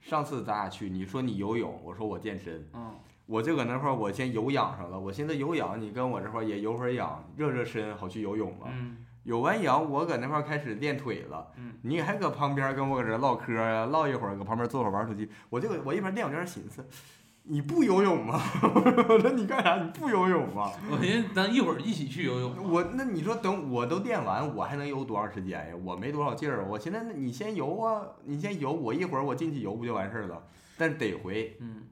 A: 上次咱俩去，你说你游泳，我说我健身，
B: 嗯，
A: 我就搁那块儿，我先有氧上了。我现在有氧，你跟我这块儿也有会儿氧，热热身，好去游泳嘛。
B: 嗯，
A: 有完氧，我搁那块儿开始练腿了。
B: 嗯，
A: 你还搁旁边跟我搁这唠嗑呀、唠一会儿，搁旁边坐会儿玩手机。我就我一边练，我一边寻思，你不游泳吗？ 我说你干啥？你不游泳吗？
B: 我寻思咱一会儿一起去游泳。
A: 我那你说等我都练完，我还能游多长时间呀？我没多少劲儿，我现在你先游啊，你先游，我一会儿我进去游不就完事儿了？但是得回
B: 嗯，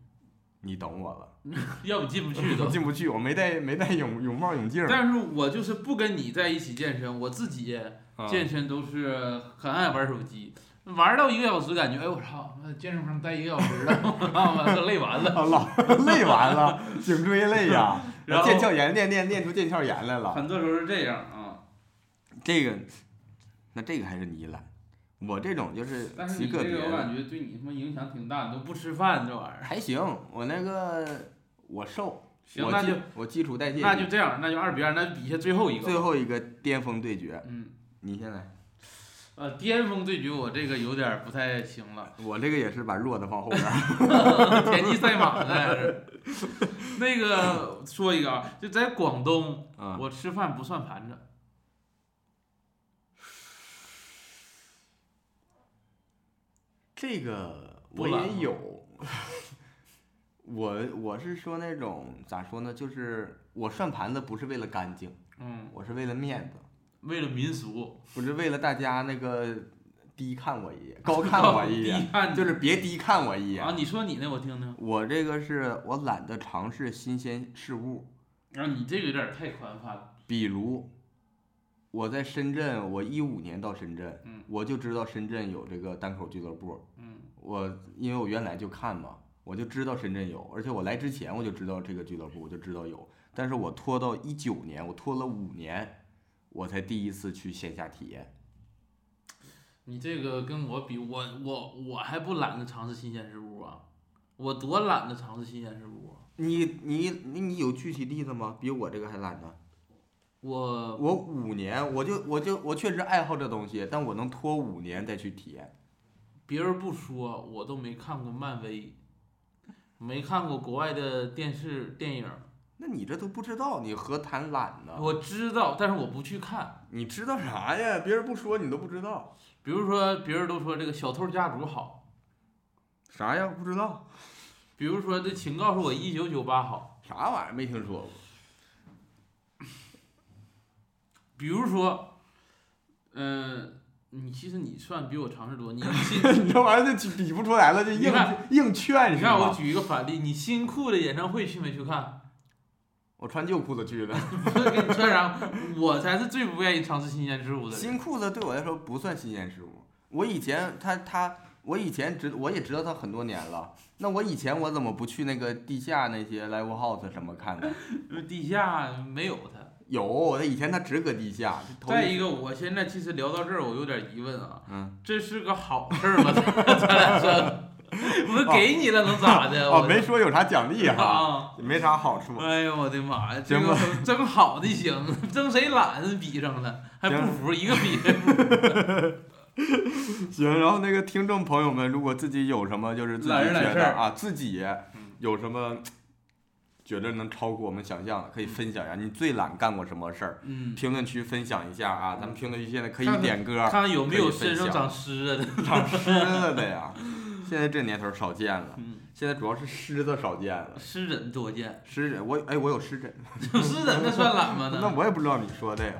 A: 你等我了，
B: 要不进不 去都
A: 我。进不去，我没带没带泳泳帽泳镜儿。
B: 但是我就是不跟你在一起健身，我自己
A: 啊
B: 健身都是很爱玩手机，玩到一个小时，感觉哎我操，那健身房待一个小时 了，我操，我都累完了。
A: 啊老累完了，颈椎累呀，
B: 然后
A: 腱鞘炎练练练出腱鞘炎来了。
B: 很多时候是这样啊，
A: 这个，那这个还是你懒，我这种就是
B: 但是
A: 极
B: 你
A: 个
B: 这
A: 别
B: 个我
A: 的。
B: 感觉对你他妈影响挺大，你都不吃饭这玩意儿。
A: 还行，我那个我瘦，
B: 行，
A: 我
B: 那
A: 基
B: 就
A: 我基础代谢低，
B: 那就这样，那就二比二，那比一下最后一个吧。
A: 最后一个巅峰对决，
B: 嗯，
A: 你先来。
B: 呃，巅峰对决我这个有点儿不太行了，
A: 我这个也是把弱的放后边儿。
B: 田忌赛马呢还是。那个说一个啊，就在广东，
A: 啊，
B: 我吃饭不算盘子，
A: 这个
B: 不
A: 我
B: 懒吗
A: 也有。我我是说那种咋说呢，就是我涮盘子不是为了干净，
B: 嗯，
A: 我是为了面子，
B: 为了 民俗，
A: 我是为了大家那个低看我一眼，高看我一眼，
B: 低看你
A: 就是别低看我一
B: 啊，
A: 眼。
B: 你说你呢？我听听。
A: 我这个是我懒得尝试新鲜事物，
B: 然后啊你这个有点儿太宽泛了，
A: 比如我在深圳，我一五年到深圳，
B: 嗯
A: 我就知道深圳有这个单口俱乐部，
B: 嗯
A: 我因为我原来就看嘛，我就知道深圳有，而且我来之前我就知道这个俱乐部，我就知道有，但是我拖到一九年，我拖了五年，我才第一次去线下体验。
B: 你这个跟我比，我我我还不懒得尝试新鲜事物啊，我多懒得尝试新鲜事物啊，
A: 你你你你有具体例子吗？比我这个还懒呢。
B: 我
A: 我五年，我就我就我确实爱好这东西，但我能拖五年再去体验。
B: 别人不说，我都没看过漫威，没看过国外的电视电影，
A: 那你这都不知道，你何谈懒呢？
B: 我知道，但是我不去看。
A: 你知道啥呀？别人不说你都不知道
B: 比如说，别人都说这个《小偷家族》好，
A: 啥呀？不知道
B: 比如说这《请告诉我一九九八》好，
A: 啥玩意儿？没听说过。
B: 比如说，嗯、你其实你算比我尝试 多，你新。
A: 你这玩意儿就比不出来了，就
B: 你
A: 硬
B: 看
A: 硬劝
B: 你
A: 是
B: 看，我
A: 吧？
B: 举一个反例，你新裤的演唱会去没去看？
A: 我穿旧裤子去的，
B: 不是给你穿啥？我才是最不愿意尝试新鲜事物的人。
A: 新裤子对我来说不算新鲜事物。我以前他他我以前知我也知道他很多年了，那我以前我怎么不去那个地下那些 live house 什么看呢？
B: 地下没有它。
A: 有，他以前他只搁地下。头
B: 再一个，我现在其实聊到这儿，我有点疑问啊，
A: 嗯，
B: 这是个好事儿吗？ 咱俩说，我给你了能咋的？
A: 哦，
B: 我
A: 没说有啥奖励哈，
B: 啊。
A: 没啥好处。
B: 哎呦我的妈呀，这
A: 行
B: 个
A: 吧
B: 争好的行， 争谁懒比上了，还不
A: 行
B: 服一个 比一个不服。
A: 行，然后那个听众朋友们，如果自己有什么就是自己
B: 懒人懒
A: 觉
B: 事
A: 得
B: 儿
A: 啊，自己有什么觉得能超过我们想象的，可以分享一下你最懒干过什么事儿，
B: 嗯，
A: 评论区分享一下啊。咱们评论区现在可以
B: 看看
A: 点歌
B: 看，看有没有身
A: 啊可以分
B: 上
A: 享
B: 长虱 子的。
A: 长虱子的呀。现在这年头少见了，
B: 嗯，
A: 现在主要是虱子少见了。
B: 湿疹多见，
A: 湿疹，我哎，我有湿疹，
B: 湿疹那算懒吗？
A: 那我也不知道你说的呀。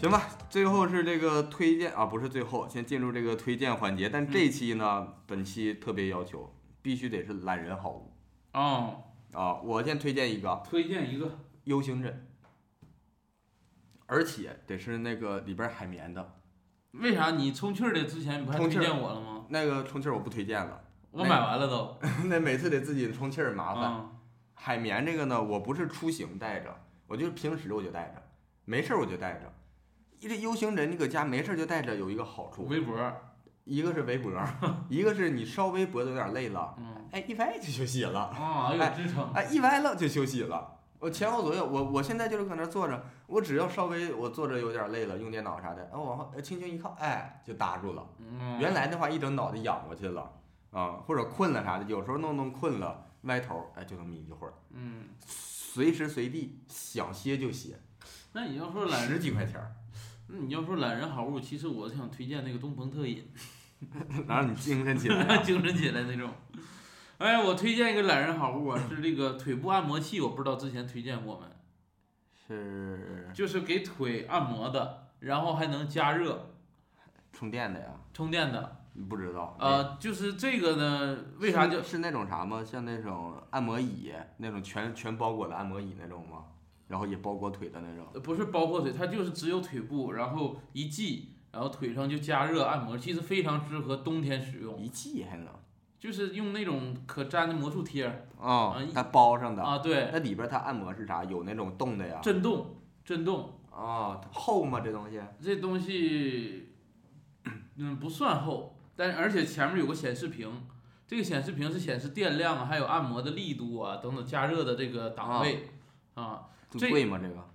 A: 行吧，最后是这个推荐啊，不是最后，先进入这个推荐环节。但这期呢，本期特别要求必须得是懒人好物
B: 哦，
A: 啊！我先推荐一个
B: 推荐一个
A: U 型枕，而且得是那个里边儿海绵的，
B: 为啥你充气儿的之前你不还
A: 充
B: 推
A: 气儿
B: 荐我了吗？
A: 那个充气儿我不推荐了，
B: 我
A: 那
B: 买完了都。
A: 那每次得自己充气儿麻烦。
B: 嗯，
A: 海绵这个呢，我不是出行带着，我就是平时我就带着，没事儿我就带着。这 U 型人你搁家没事儿就带着有一个好处，
B: 围脖儿，
A: 一个是围脖，一个是你稍微脖子有点累了，
B: 嗯，
A: 哎一歪就休息了，
B: 啊，有支撑。
A: 哎一歪了就休息了。我前后左右，我我现在就是搁那儿坐着，我只要稍微我坐着有点累了，用电脑啥的，哎我往后哎轻轻一靠，哎就搭住了。
B: 嗯，
A: 原来的话一整脑袋仰过去了啊，或者困了啥的，有时候弄弄困了歪头，哎就能眯一会儿。
B: 嗯，
A: 随时随地想歇就歇，
B: 那你要说懒
A: 十
B: 人，
A: 几块钱儿，
B: 那你要说懒人好物，其实我想推荐那个东鹏特 饮，
A: 然后你精神起来啊了。
B: 精神起来那种。哎，我推荐一个懒人好物啊，是这个腿部按摩器，我不知道之前推荐过没。
A: 是
B: 就是给腿按摩的，然后还能加热、
A: 充电的呀？
B: 充电的。
A: 不知道。
B: 呃，就是这个呢，为啥叫
A: 是是那种啥吗？像那种按摩椅，那种全全包裹的按摩椅那种吗？然后也包裹腿的那种。
B: 呃不是包括腿，它就是只有腿部，然后一系，然后腿上就加热按摩，其实非常适合冬天使用，
A: 一系还能
B: 啊就是用那种可粘的魔术贴儿
A: 啊
B: 啊一
A: 它包上的。
B: 啊，对，
A: 那里边它按摩是啥？有那种动的呀？
B: 震动，震动，
A: 啊，它厚吗？这东西？
B: 这东西，嗯，不算厚，但而且前面有个显示屏。这个显示屏是显示电量啊，还有按摩的力度啊，等等加热的这个档位啊，这
A: 就贵吗？这个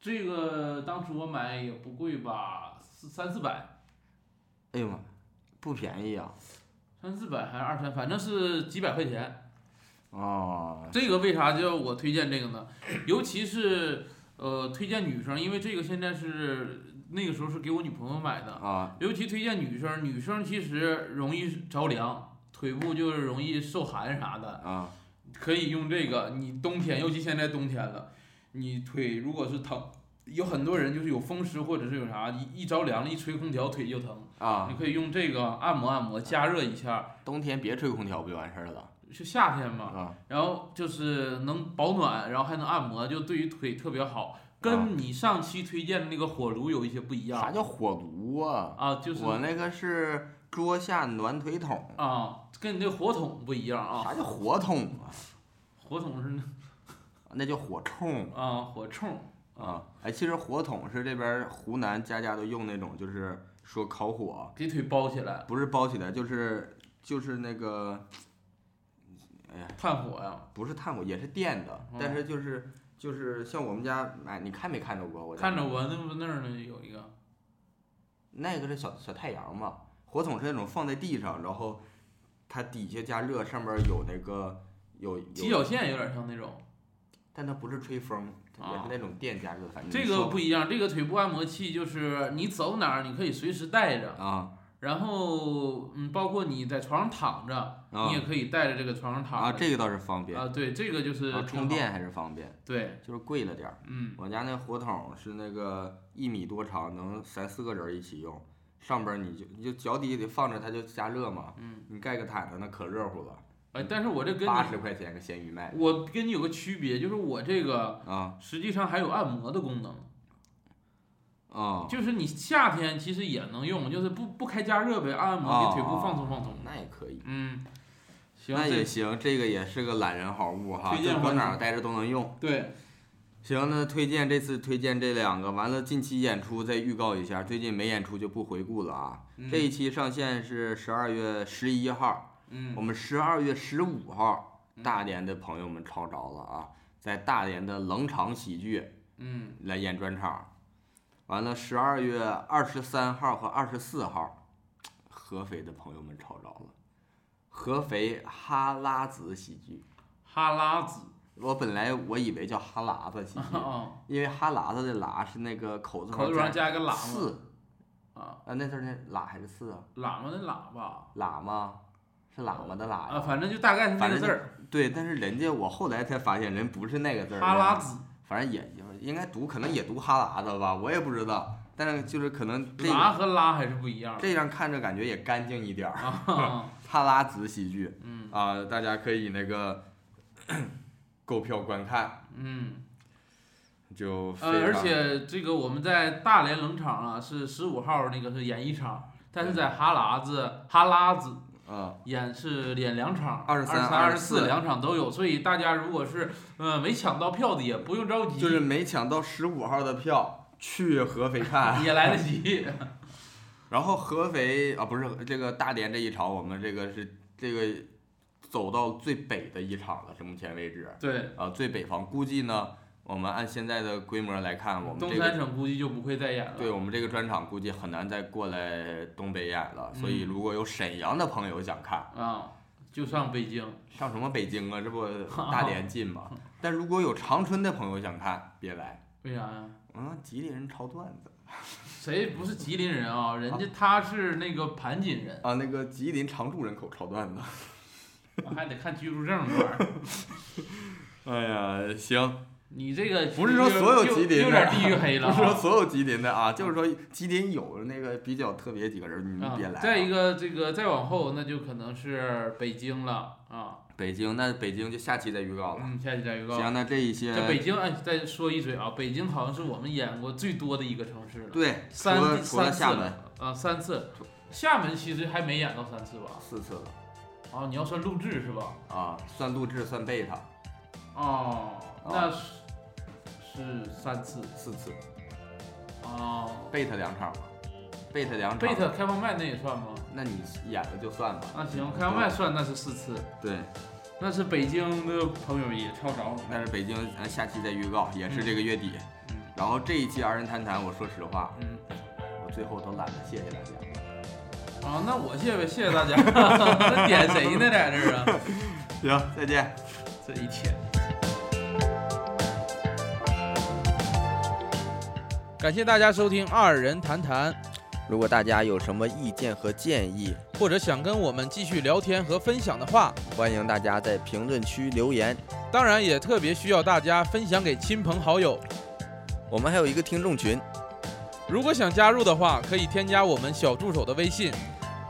B: 这个当时我买也不贵吧，四三四百，
A: 哎呦妈，不便宜啊！
B: 三四百还是二三，反正是几百块钱。
A: 啊，
B: 这个为啥叫我推荐这个呢？尤其是呃推荐女生，因为这个现在是那个时候是给我女朋友买的，
A: 啊，
B: 尤其推荐女生，女生其实容易着凉，腿部就是容易受寒啥的。
A: 啊，
B: 可以用这个。你冬天，尤其现在冬天了，你腿如果是疼，有很多人就是有风湿或者是有啥，一一着凉了，一吹空调腿就疼。
A: 啊
B: 你，可以用这个按摩按摩，加热一下。
A: 冬天别吹空调不就完事儿了？
B: 是夏天嘛，
A: 啊，
B: 然后就是能保暖，然后还能按摩，就对于腿特别好。
A: 啊
B: 跟你上期推荐的那个火炉有一些不一
A: 啥
B: 样
A: 叫火炉啊？
B: 啊，就是
A: 我那个是桌下暖腿筒。
B: 啊，跟你那火筒不一样啊，
A: 啥叫火筒啊？
B: 火筒是那
A: 那叫火铳
B: 啊火铳啊，
A: 啊！哎，其实火筒是这边儿湖南家家都用那种，就是说烤火，
B: 给腿包起来，
A: 不是包起来，就是就是那个
B: 炭火呀、
A: 不是炭火，也是电的
B: 嗯，
A: 但是就是就是像我们家买，你看没看着过？我家
B: 看着我那不那儿呢有一个，
A: 那个是小小太阳嘛，火筒是那种放在地上，然后它底下加热，上面有那个有
B: 起
A: 有，
B: 脚线有点像那种，
A: 但它不是吹风，它也
B: 啊
A: 是那种电加热，反正嗯
B: 这
A: 你
B: 个
A: 说
B: 不一样。这个腿部按摩器就是你走哪儿你可以随时带着，
A: 啊
B: 然后嗯，包括你在床上躺着，
A: 啊
B: 你也可以带着这个床上
A: 啊，
B: 躺着。
A: 这个倒是方便
B: 啊，对，这个就是
A: 啊，
B: 挺
A: 充
B: 好。
A: 电还是方便，
B: 对，
A: 就是贵了点儿。
B: 嗯，
A: 我家那火筒是那个一米多长，能三四个人一起用，上边儿你就你就脚底下得放着，它就加热嘛。
B: 嗯，
A: 你盖个毯子那可热乎了，
B: 哎，但是我这跟
A: 八
B: 你，
A: 十块钱个咸鱼卖
B: 我跟你有个区别，就是我这个
A: 啊
B: 实际上还有按摩的功能，
A: 啊，
B: 就是你夏天其实也能用，就是不不开加热呗，按按摩
A: 啊
B: 给腿部放松放松。
A: 那也可以。
B: 嗯，行，
A: 那也
B: 这
A: 行，这个也是个懒人好物哈，
B: 推荐
A: 就搁
B: 环
A: 哪儿待着都能用。
B: 对。
A: 行，那推荐这次推荐这两个，完了近期演出再预告一下，最近没演出就不回顾了啊。
B: 嗯
A: 这一期上线是十二月十一号，
B: 嗯
A: 我们十二月十五号，大连的朋友们抄着了啊，在大连的冷场喜剧
B: 嗯
A: 来演专场。完了，十二月二十三号和二十四号，合肥的朋友们抄着了，合肥哈拉子喜剧。
B: 哈拉子
A: 我本来我以为叫哈喇子喜
B: 啊
A: 剧，
B: 啊，
A: 因为哈喇子的喇是那个口字
B: 口字旁
A: 旁
B: 加一个喇嘛
A: 四
B: 啊，
A: 啊，那字儿那喇还是四啊？
B: 喇嘛的喇吧
A: 喇嘛是喇嘛的喇呀
B: 啊，反正就大概是那
A: 反
B: 个
A: 正
B: 字儿，
A: 对，但是人家我后来才发现，人不是那个字儿。啊
B: 哈拉，子
A: 反正也应该读，可能也读哈喇子吧，我也不知道。但是就是可能这
B: 拉和拉还是不一样的
A: 这样看着感觉也干净一点儿。
B: 啊，
A: 哈拉子喜剧
B: 嗯
A: 啊、 大家可以那个购票观看。
B: 嗯，
A: 就非
B: 呃，而
A: 常
B: 且这个我们在大连冷场啊，是十五号那个是演一场，但是在哈喇子、哈喇子
A: 啊，
B: 演是演两场，
A: 23
B: 三、二
A: 24
B: 四两场都有，所以大家如果是呃没抢到票的，也不用着急，
A: 就是没抢到十五号的票去合肥看，
B: 也来得 及。
A: 然后合肥啊不是这个大连这一场，我们这个是这个走到最北的一场了，是目前为止
B: 对，
A: 啊最北方，估计呢我们按现在的规模来看，我们
B: 东
A: 这
B: 三
A: 个。
B: 省估计就不会再演了。
A: 对我们这个专场估计很难再过来东北演了，所
B: 嗯
A: 以如果有沈阳的朋友想看，
B: 啊，就上北京，
A: 上什么北京啊，这 不大连近吗？但如果有长春的朋友想看，别来，
B: 为啥呀？
A: 嗯，吉林人抄段子。
B: 谁不是吉林人啊？人家他是那个盘锦人，
A: 啊，那个吉林常住人口炒段子。
B: 还得看居住证这玩意儿。
A: 哎呀，行，
B: 你这个
A: 不是说所有吉林人
B: 又有点地域黑
A: 不
B: 了
A: 是说
B: 啊。
A: 所有吉林的啊，就是说吉林有那个比较特别几个人，你们
B: 啊
A: 嗯别来、
B: 再一
A: 个，
B: 个，这个再往后，那就可能是北京了啊。
A: 北京，那北京就下期再预告了。
B: 嗯，下期再预告。
A: 行，那这一些
B: 这北京，哎，再说一嘴啊，北京好像是我们演过最多的一个城市了，
A: 对，除
B: 三
A: 了除
B: 三
A: 了
B: 次
A: 厦
B: 了
A: 门
B: 啊，三次。厦门其实还没演到三次吧？
A: 四次了
B: 啊，你要算录制是吧？
A: 啊，算录制算贝塔
B: 哦，
A: 啊
B: 那是是三次
A: 四次，
B: 哦。
A: 贝塔两场嘛，贝塔两场，
B: 贝特开放麦那也算吗？
A: 那你演了就算吧。
B: 啊，行，开放麦算那是四次，
A: 对，
B: 那是北京的朋友也超着我
A: 但是北京咱下期再预告，也是这个月底。
B: 嗯
A: 然后这一期二人谈谈，我说实话，
B: 嗯，
A: 我最后都懒得谢谢大家。
B: 啊，那我谢呗，谢谢大家。 那点谁呢，在这儿啊？
A: 行，再见。
B: 这一天。感谢大家收听《二人谈谈》，
C: 如果大家有什么意见和建议，
B: 或者想跟我们继续聊天和分享的话，
C: 欢迎大家在评论区留言。
B: 当然也特别需要大家分享给亲朋好友。
C: 我们还有一个听众群，
B: 如果想加入的话，可以添加我们小助手的微信，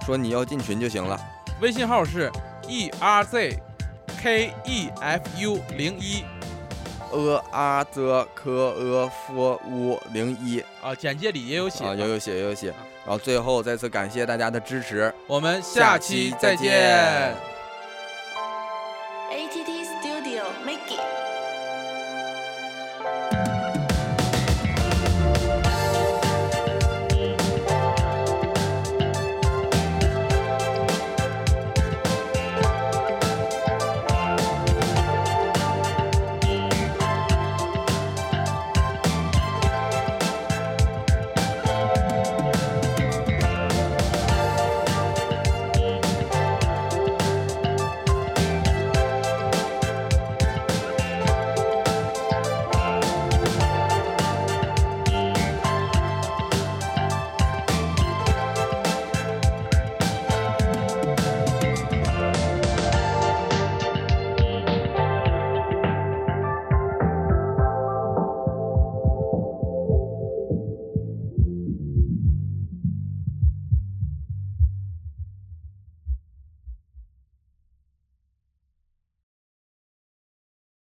C: 说你要进群就行了。
B: 微信号是 e r z k e f u 零一
C: 呃啊则科呃 f u 零一
B: 啊，简介里也有写。
C: 啊，有有写有有写。然后最后再次感谢大家的支持，
B: 我们下期再见。
D: ATT Studio Make It。